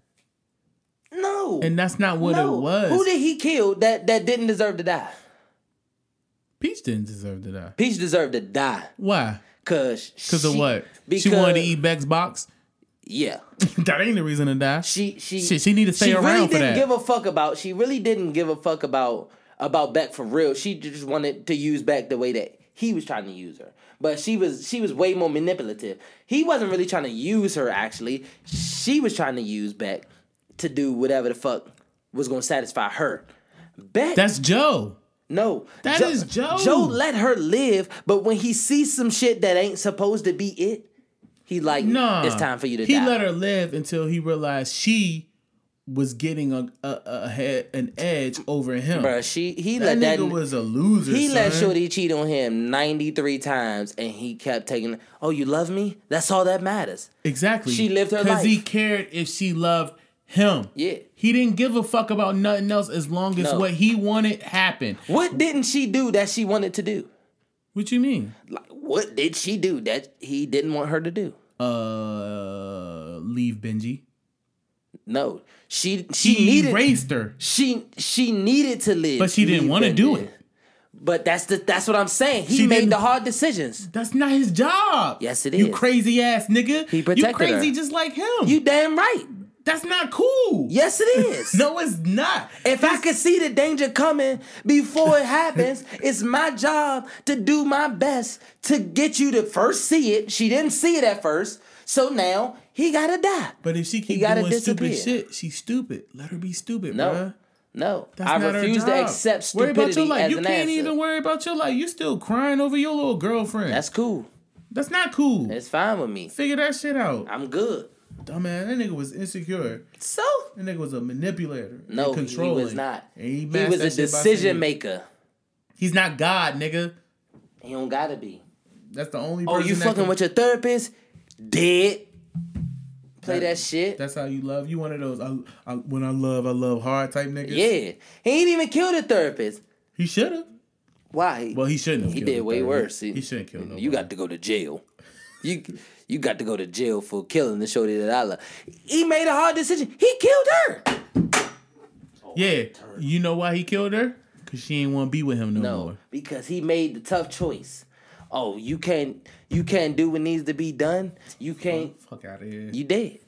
B: No.
A: and that's not what
B: no.
A: it was.
B: Who did he kill that that didn't deserve to die?
A: Peach didn't deserve to die.
B: Peach deserved to die.
A: Why?
B: Cause
A: Because of
B: she-
A: what?
B: Because
A: she wanted to eat Beck's box.
B: Yeah.
A: that ain't the reason to die.
B: she she
A: Shit, she need to stay
B: she
A: around
B: really
A: for
B: didn't
A: that.
B: give a fuck about she really didn't give a fuck about about Beck for real. She just wanted to use Beck the way that he was trying to use her. But she was she was way more manipulative. He wasn't really trying to use her actually. She was trying to use Beck to do whatever the fuck was gonna satisfy her. Beck
A: That's Joe.
B: no.
A: That
B: that
A: is
B: is
A: Joe.
B: Joe let her live, but when he sees some shit that ain't supposed to be it, he like
A: Nah,
B: it's time for you to
A: He
B: die.
A: let her live until he realized she was getting a a, a, a head, an edge over him.
B: Bruh, she he
A: that
B: let that
A: nigga was a loser.
B: He let
A: son.
B: Shorty cheat on him 93 times and he kept taking, Oh, you love me? That's all that matters.
A: exactly.
B: She lived her
A: because he
B: life.
A: cared if she loved him.
B: Yeah.
A: He didn't give a fuck about nothing else as long as
B: No.
A: what he wanted happened.
B: What didn't she do that she wanted to do?
A: What you mean?
B: Like, what did she do that he didn't want her to do?
A: Uh, leave Benji.
B: No, she she
A: He
B: needed
A: erased her,
B: she she needed to live,
A: but she didn't
B: leave
A: want to
B: that
A: do
B: man.
A: it.
B: But that's the that's what I'm saying. He
A: She
B: made
A: didn't-
B: the hard decisions.
A: That's not his job.
B: Yes, it
A: it is. you
B: is.
A: crazy ass nigga.
B: He protected
A: You crazy
B: her.
A: just like him.
B: You damn right.
A: That's not cool.
B: Yes, it is.
A: No, it's not.
B: If I could see the danger coming before it happens, it's my job to do my best to get you to first see it. She didn't see it at first, so now he gotta die.
A: But if she keep
B: gotta
A: doing stupid
B: disappear.
A: shit, she's stupid. Let her be stupid,
B: No,
A: bruh.
B: no,
A: That's
B: I
A: not her
B: refuse to
A: job.
B: accept
A: Worry
B: stupidity
A: about your life.
B: as
A: you
B: an
A: can't
B: answer.
A: even worry about your life. You still crying over your little girlfriend.
B: That's
A: That's
B: cool.
A: that's not cool.
B: It's fine with me.
A: Figure that shit out.
B: I'm good.
A: Dumbass. That nigga was insecure.
B: So
A: That nigga was a manipulator. and
B: no, he
A: controlling.
B: was not.
A: And he,
B: He
A: masked
B: was
A: that
B: a
A: shit by
B: decision
A: saying,
B: maker.
A: He's not God, nigga.
B: He don't gotta be.
A: That's the only.
B: Oh,
A: person
B: you
A: that
B: fucking
A: can-
B: with your therapist? Dead. Play that,
A: That-
B: shit.
A: That's how you love. You one of those. I, I, when I love, I love hard type niggas.
B: Yeah. He ain't even killed a therapist.
A: He should have.
B: Why?
A: Well, he shouldn't have.
B: he
A: killed
B: did
A: the
B: way
A: third.
B: worse.
A: He, shouldn't kill nobody.
B: You got to go to jail. You you got to go to jail for killing the shorty that I love. He made a hard decision. He killed her.
A: Yeah. You know why he killed her? Cause she ain't want to be with him no,
B: No,
A: more.
B: because he made the tough choice. Oh, you can't you can't do what needs to be done. You can't.
A: Fuck out of here.
B: You did.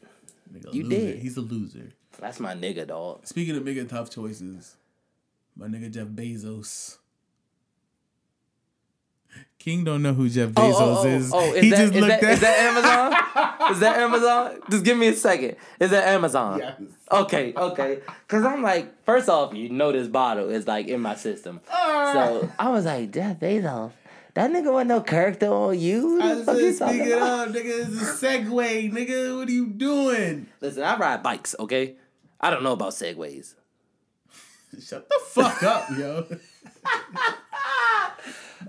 A: Nigga,
B: you
A: loser.
B: did.
A: He's a loser.
B: That's my nigga, dog.
A: Speaking of making tough choices, my nigga Jeff Bezos. King don't know who Jeff Bezos
B: Oh, oh,
A: is.
B: oh, oh, is
A: he
B: that,
A: just
B: is
A: looked
B: that,
A: at
B: is that Amazon? is that Amazon? Just give me a second. Is that Amazon?
A: Yes.
B: Okay, okay. Cause I'm like, first off, you know this bottle is like in my system.
A: Ah.
B: So I was like, Jeff Bezos, that nigga want no character on you.
A: I
B: The fuck you
A: was just
B: talking
A: speaking
B: about?
A: up, nigga. It's a segue, nigga. What are you doing?
B: Listen, I ride bikes, okay? I don't know about segways.
A: Shut the fuck up, yo.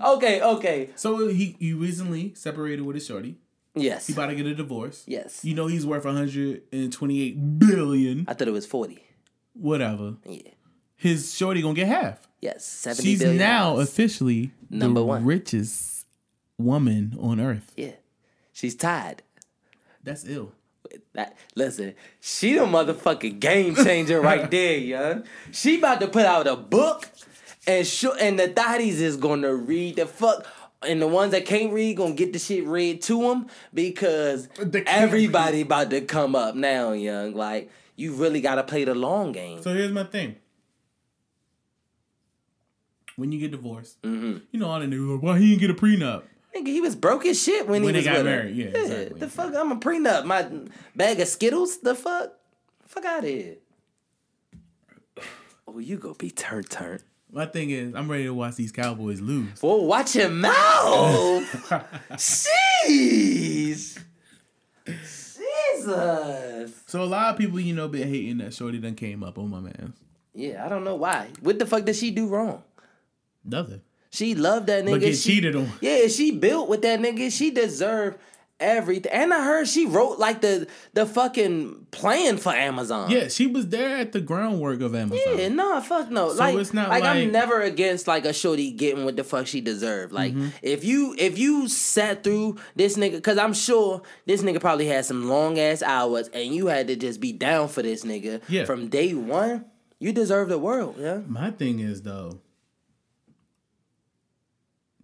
B: Okay, okay.
A: So he he recently separated with his shorty.
B: Yes.
A: He about to get a divorce.
B: Yes.
A: You know he's worth 128 billion.
B: I thought it was 40.
A: Whatever.
B: Yeah.
A: His shorty gonna get half.
B: Yes. 70
A: She's
B: billion
A: now
B: dollars.
A: officially
B: Number
A: the
B: one.
A: richest woman on earth.
B: Yeah. She's tied.
A: That's ill.
B: That, listen, she the motherfucking game changer right there, young. She about to put out a book, and sh- and the thotties is gonna read the fuck, and the ones that can't read gonna get the shit read to them because
A: They can't
B: everybody about to come up now, young. Like you really gotta play the long game.
A: So here's my thing. When you get divorced,
B: Mm-hmm.
A: you know all the niggas like, why he didn't get a prenup?
B: Nigga, he was broke as shit when,
A: When
B: he
A: they
B: was
A: got
B: with her.
A: married, yeah, exactly.
B: The fuck, I'm a prenup. My bag of Skittles. The fuck, fuck out of here. Oh, you go be turn turn.
A: My thing is, I'm ready to watch these Cowboys lose.
B: Well, watch your mouth. Jeez. Jesus.
A: So a lot of people, you know, been hating that Shorty done came up on my man.
B: Yeah, I don't know why. What the fuck did she do wrong?
A: Nothing.
B: She loved that nigga.
A: But get
B: she,
A: cheated on.
B: Yeah, she built with that nigga. She deserved everything. And I heard she wrote like the the fucking plan for Amazon.
A: Yeah, she was there at the groundwork of Amazon.
B: Yeah, no, fuck no. like,
A: it's not
B: like, I'm
A: like-
B: never against like a shorty getting what the fuck she deserved. Like
A: Mm-hmm.
B: if you if you sat through this nigga, cause I'm sure this nigga probably had some long ass hours, and you had to just be down for this nigga
A: Yeah. Mm.
B: from day one. You deserve the world, yeah.
A: My thing is though,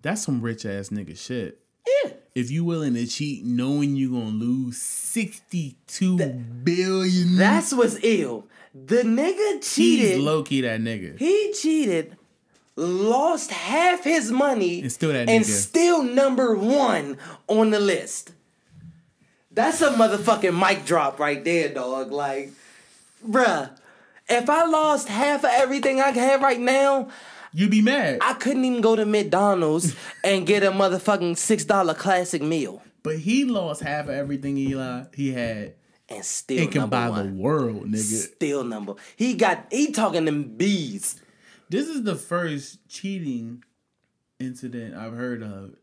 A: that's some rich ass nigga shit.
B: Yeah.
A: If you willing to cheat knowing you gonna lose sixty two billion,
B: That's what's ill. The nigga
A: he's
B: cheated.
A: low key that nigga.
B: he cheated, lost half his money,
A: And still that
B: and
A: nigga.
B: still number one on the list. That's a motherfucking mic drop right there, dog. Like, bruh, if I lost half of everything I have right now,
A: You be mad.
B: I couldn't even go to McDonald's and get a motherfucking six dollar classic meal
A: But he lost half of everything he li- he had.
B: and still
A: It can
B: number
A: buy the
B: one.
A: world, nigga.
B: Still number. He got he talking them bees.
A: This is the first cheating incident I've heard of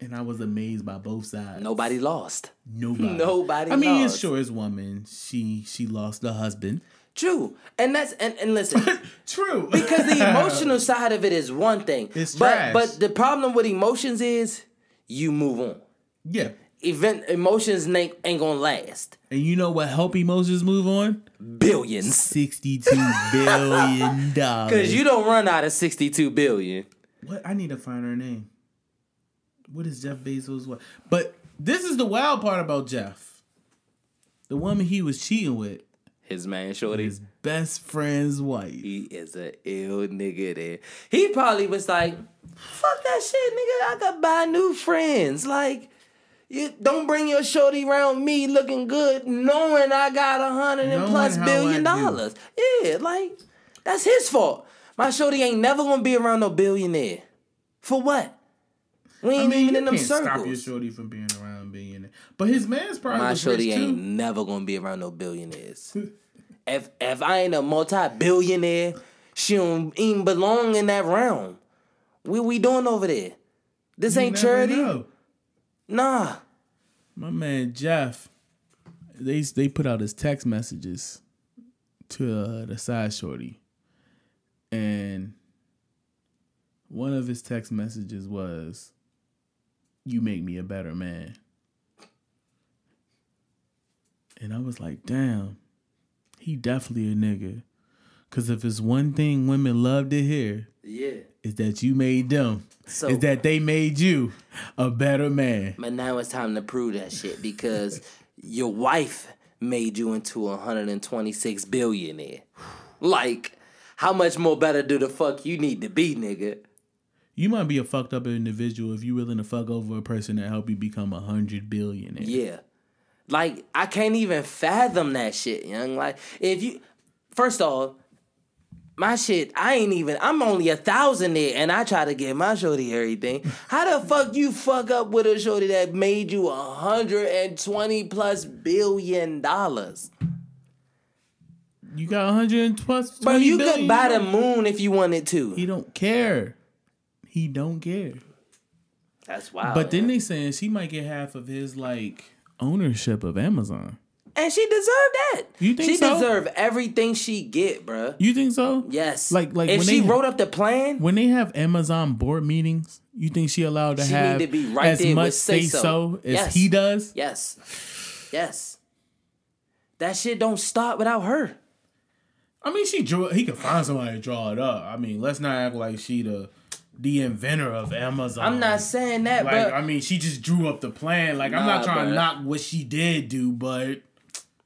A: And I was amazed by both sides.
B: Nobody lost.
A: Nobody.
B: Nobody
A: I mean, it's
B: lost.
A: sure as woman, she she lost her husband.
B: True. And that's and, and listen,
A: True.
B: because the emotional side of it is one thing.
A: It's
B: but
A: trash.
B: but the problem with emotions is you move on.
A: yeah.
B: Event emotions ain't, ain't gonna last.
A: And you know what help emotions move on?
B: Billions.
A: Sixty-two billion dollars.
B: Cause you don't run out of sixty two billion.
A: What I need to find her name. What is Jeff Bezos? What? But this is the wild part about Jeff. The woman he was cheating with,
B: His man Shorty.
A: his best friend's wife.
B: He is an ill nigga there. He probably was like, fuck that shit, nigga. I could buy new friends. Like, you don't bring your shorty around me looking good, knowing I got a hundred and
A: Knowing
B: plus
A: how
B: billion
A: I do.
B: dollars. Yeah, like, that's his fault. My shorty ain't never gonna be around no billionaire. For what? We ain't
A: I mean,
B: even
A: you
B: in them
A: can't stop your
B: circles.
A: shorty from being around billionaire. But his man's probably
B: My
A: was
B: shorty
A: rich
B: ain't
A: too.
B: never gonna be around no billionaires. if if I ain't a multi billionaire, she don't even belong in that realm. What we doing over there? This
A: You
B: ain't
A: never
B: charity.
A: know.
B: Nah.
A: My man Jeff, they they put out his text messages to uh, the side shorty, and one of his text messages was, "You make me a better man," and I was like, "Damn, he definitely a nigga." Cause if it's one thing women love to hear
B: Yeah.
A: is that you made them,
B: So-
A: is that they made you a better man.
B: But now it's time to prove that shit because your wife made you into a 126 billionaire. Like, how much more better do the fuck you need to be, nigga?
A: You might be a fucked up individual if you willing to fuck over a person that help you become a hundred billionaire.
B: Yeah. Like I can't even fathom that shit, young. Like if you first off, my shit, I ain't even I'm only a thousand there and I try to get my shorty everything. How the fuck you fuck up with a shorty that made you a hundred and twenty plus billion dollars?
A: You got a hundred and plus.
B: Bro, you
A: billion,
B: could buy the
A: don't-
B: moon if you wanted
A: He
B: to.
A: don't care. He don't care.
B: That's wild.
A: but then
B: man.
A: they saying she might get half of his like ownership of Amazon.
B: and she deserved that.
A: You think
B: she
A: so?
B: deserved everything she get, bruh.
A: You think so?
B: Yes.
A: Like- like
B: if
A: when
B: she
A: they-
B: wrote up the plan,
A: When they have Amazon board meetings, you think she allowed to
B: She need
A: have
B: to be right
A: as
B: there with
A: much
B: say
A: say
B: so.
A: so, as
B: Yes.
A: he does?
B: Yes. Yes. That shit don't stop without her.
A: I mean, she drew. He could find somebody to draw it up. I mean, let's not act like she the the inventor of Amazon.
B: I'm not saying that,
A: Like
B: but
A: I mean, she just drew up the plan. Like I'm
B: Nah,
A: not trying
B: bruh.
A: to knock what she did do, but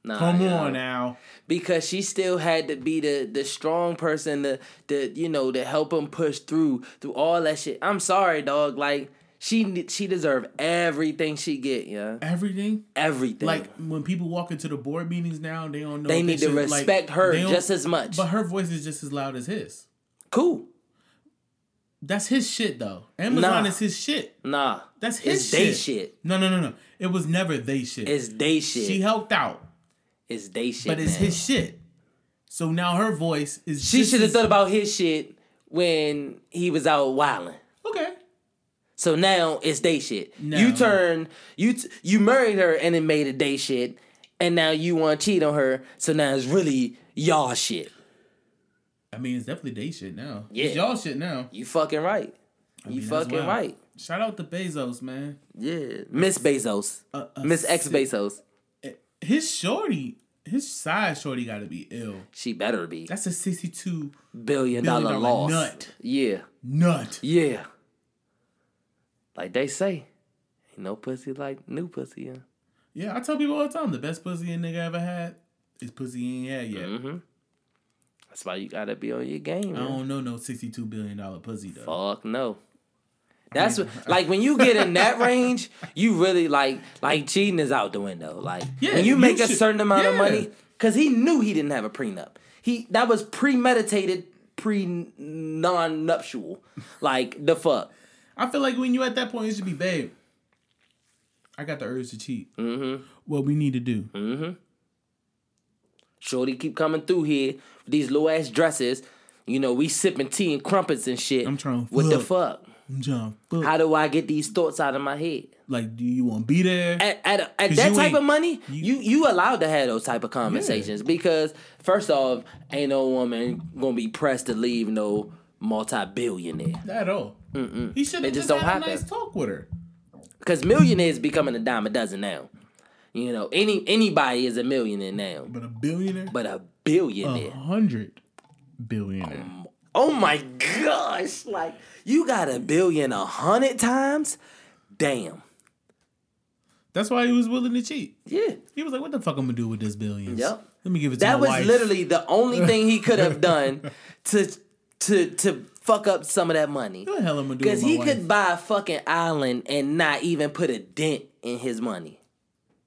B: Nah,
A: come
B: yeah.
A: on now.
B: Because she still had to be the the strong person to the you know to help him push through through all that shit. I'm sorry, dog. Like she ne- she deserve everything she get, yeah.
A: Everything
B: Everything.
A: like when people walk into the board meetings now, they don't know.
B: they
A: if
B: need to
A: should, like,
B: respect her
A: they don't-
B: just as much.
A: But her voice is just as loud as his.
B: cool.
A: That's his shit though. Amazon
B: Nah.
A: is his shit.
B: Nah.
A: That's his
B: it's
A: shit.
B: they shit.
A: No, no, no, no. It was never they shit.
B: It's they shit.
A: she helped out,
B: it's they shit.
A: but it's
B: man.
A: his shit. So now her voice is.
B: She
A: just
B: should have
A: as-
B: thought about his shit when he was out wilding.
A: Okay.
B: So now it's day shit.
A: No.
B: You turn you t- you married her and it made it day shit, and now you want to cheat on her. So now it's really y'all shit.
A: I mean, it's definitely they shit now.
B: Yeah.
A: It's y'all shit now.
B: You fucking right. you
A: mean, that's
B: fucking
A: wild.
B: right.
A: Shout out to Bezos, man.
B: Yeah, Miss Bezos,
A: Uh, uh,
B: Miss X
A: si-
B: Bezos.
A: His shorty, his side shorty got to be ill.
B: She better be
A: That's a 62
B: billion dollar
A: dollar
B: loss.
A: nut.
B: Yeah,
A: nut.
B: yeah. Like they say, ain't no pussy like new pussy. Yeah.
A: Yeah, I tell people all the time the best pussy a nigga ever had is pussy he ain't had yet.
B: Mm-hmm. That's why you gotta be on your game.
A: I
B: man.
A: don't know no $62 billion pussy though.
B: Fuck no. That's what, like when you get in that range, you really like like cheating is out the window. Like
A: Yeah,
B: when you
A: you
B: make a
A: should-
B: certain amount of
A: yeah.
B: money, because he knew he didn't have a prenup. He that was premeditated, pre non nuptial. Like the fuck.
A: I feel like when you at that point, it should be, babe, I got the urge to cheat. Mm-hmm. What we need to do.
B: Mm-hmm. Shorty keep coming through here with these low ass dresses. You know we sipping tea and crumpets and shit.
A: I'm trying to
B: What the
A: fuck.
B: fuck?
A: I'm John. Book.
B: How do I get these thoughts out of my head?
A: like, do you want to be there?
B: At at, at
A: 'Cause
B: that
A: you
B: type of
A: ain't-
B: money, you, you allowed to have those type of conversations because first off, ain't no woman gonna be pressed to leave no multi billionaire
A: Not at all. He should
B: They
A: have
B: just
A: just,
B: don't
A: had a
B: happen.
A: nice talk with her.
B: because millionaires becoming a dime a dozen now. You know, any anybody is a millionaire now,
A: But a billionaire,
B: but a
A: a Oh.
B: billionaire.
A: hundred billionaire.
B: Oh my gosh! Like you got a billion a hundred times, damn.
A: That's why he was willing to cheat.
B: Yeah,
A: He was like, "What the fuck I'm gonna do with this billions?
B: Yep.
A: Let me give it to
B: that
A: my
B: was
A: wife."
B: literally the only thing he could have done to to to fuck up some of that money.
A: what the hell I'm gonna do
B: Because
A: with my
B: he
A: wife?
B: could buy a fucking island and not even put a dent in his money.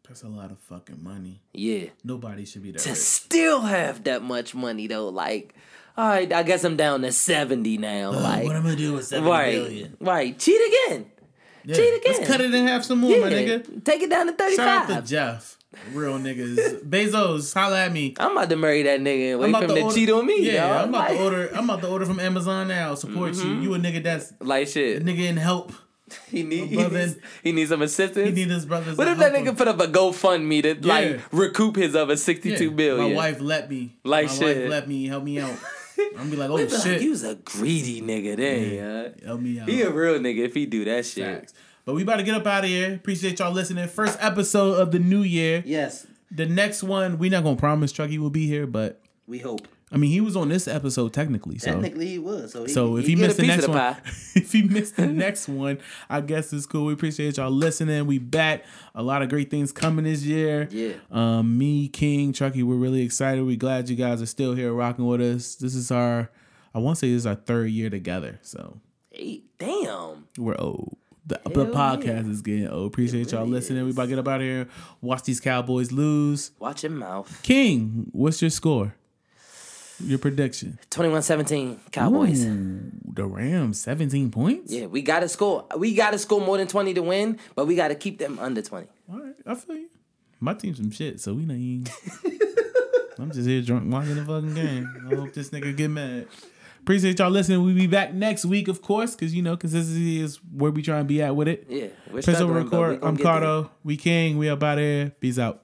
A: That's a lot of fucking money.
B: Yeah.
A: Nobody should be that
B: To
A: rich.
B: still have that much money though, like, all right, I guess I'm down to 70 now.
A: Ugh,
B: like,
A: Uh, what am I gonna do with seven billion?
B: right, right. Cheat again.
A: Yeah.
B: Cheat again.
A: Let's cut it in half some more,
B: Yeah.
A: my nigga.
B: Take it down to
A: Shout out
B: 35.
A: to Jeff, real niggas. Bezos, holla at me.
B: I'm about to marry that nigga and wait
A: I'm
B: for
A: about
B: him to
A: order-
B: cheat on me.
A: Yeah,
B: y'all.
A: I'm about
B: like, Mm-hmm.
A: to order. I'm about to order from Amazon now. Support you. You a nigga that's
B: Like
A: a
B: shit.
A: nigga in help.
B: He, need, he,
A: above
B: needs,
A: it.
B: he needs some assistance.
A: He need his brothers.
B: what
A: to
B: if that
A: help him.
B: nigga put up a GoFundMe to
A: Yeah.
B: like recoup his other
A: Yeah,
B: sixty-two billion?
A: My wife let me.
B: Like
A: my
B: shit.
A: wife let me help me out. I'm be like, oh
B: We'd be like,
A: shit,
B: you's a greedy nigga then, yeah.
A: help me out.
B: He a real nigga if he do that shit.
A: Facts. But we about to get up out of here. Appreciate y'all listening. First episode of the new year.
B: Yes,
A: The next one, we not gonna promise Chucky will be here, but
B: we hope.
A: I mean he was on this episode technically. So
B: he was. So,
A: so if he,
B: get a
A: missed the
B: piece of
A: next
B: the
A: one,
B: pie.
A: if he missed the next one, I guess it's cool. We appreciate y'all listening. We back. A lot of great things coming this year.
B: Yeah.
A: Um, me, King, Chucky, we're really excited. We're glad you guys are still here rocking with us. This is our, I want to say this is our third year together. So
B: Hey, damn.
A: we're old. The,
B: Hell
A: the
B: yeah.
A: podcast is getting old. Appreciate y'all
B: really
A: listening.
B: is.
A: Everybody get up out of here. Watch these Cowboys lose.
B: Watch your mouth.
A: King, what's your score? Your prediction?
B: 21-17 Cowboys.
A: Ooh, the Rams, 17 points?
B: Yeah, we gotta score. We gotta score more than twenty to win, but we gotta keep them under twenty.
A: All right, I feel you. My team's some shit, so we not even. I'm just here drunk watching the fucking game. I hope this nigga get mad. Appreciate y'all listening. We'll be back next week, of course, because you know consistency is where we trying to be at with it.
B: Yeah. we're
A: Pistol
B: struggling, but we
A: record.
B: gonna
A: I'm
B: get there.
A: Cardo. We King. We up out of here. Peace out.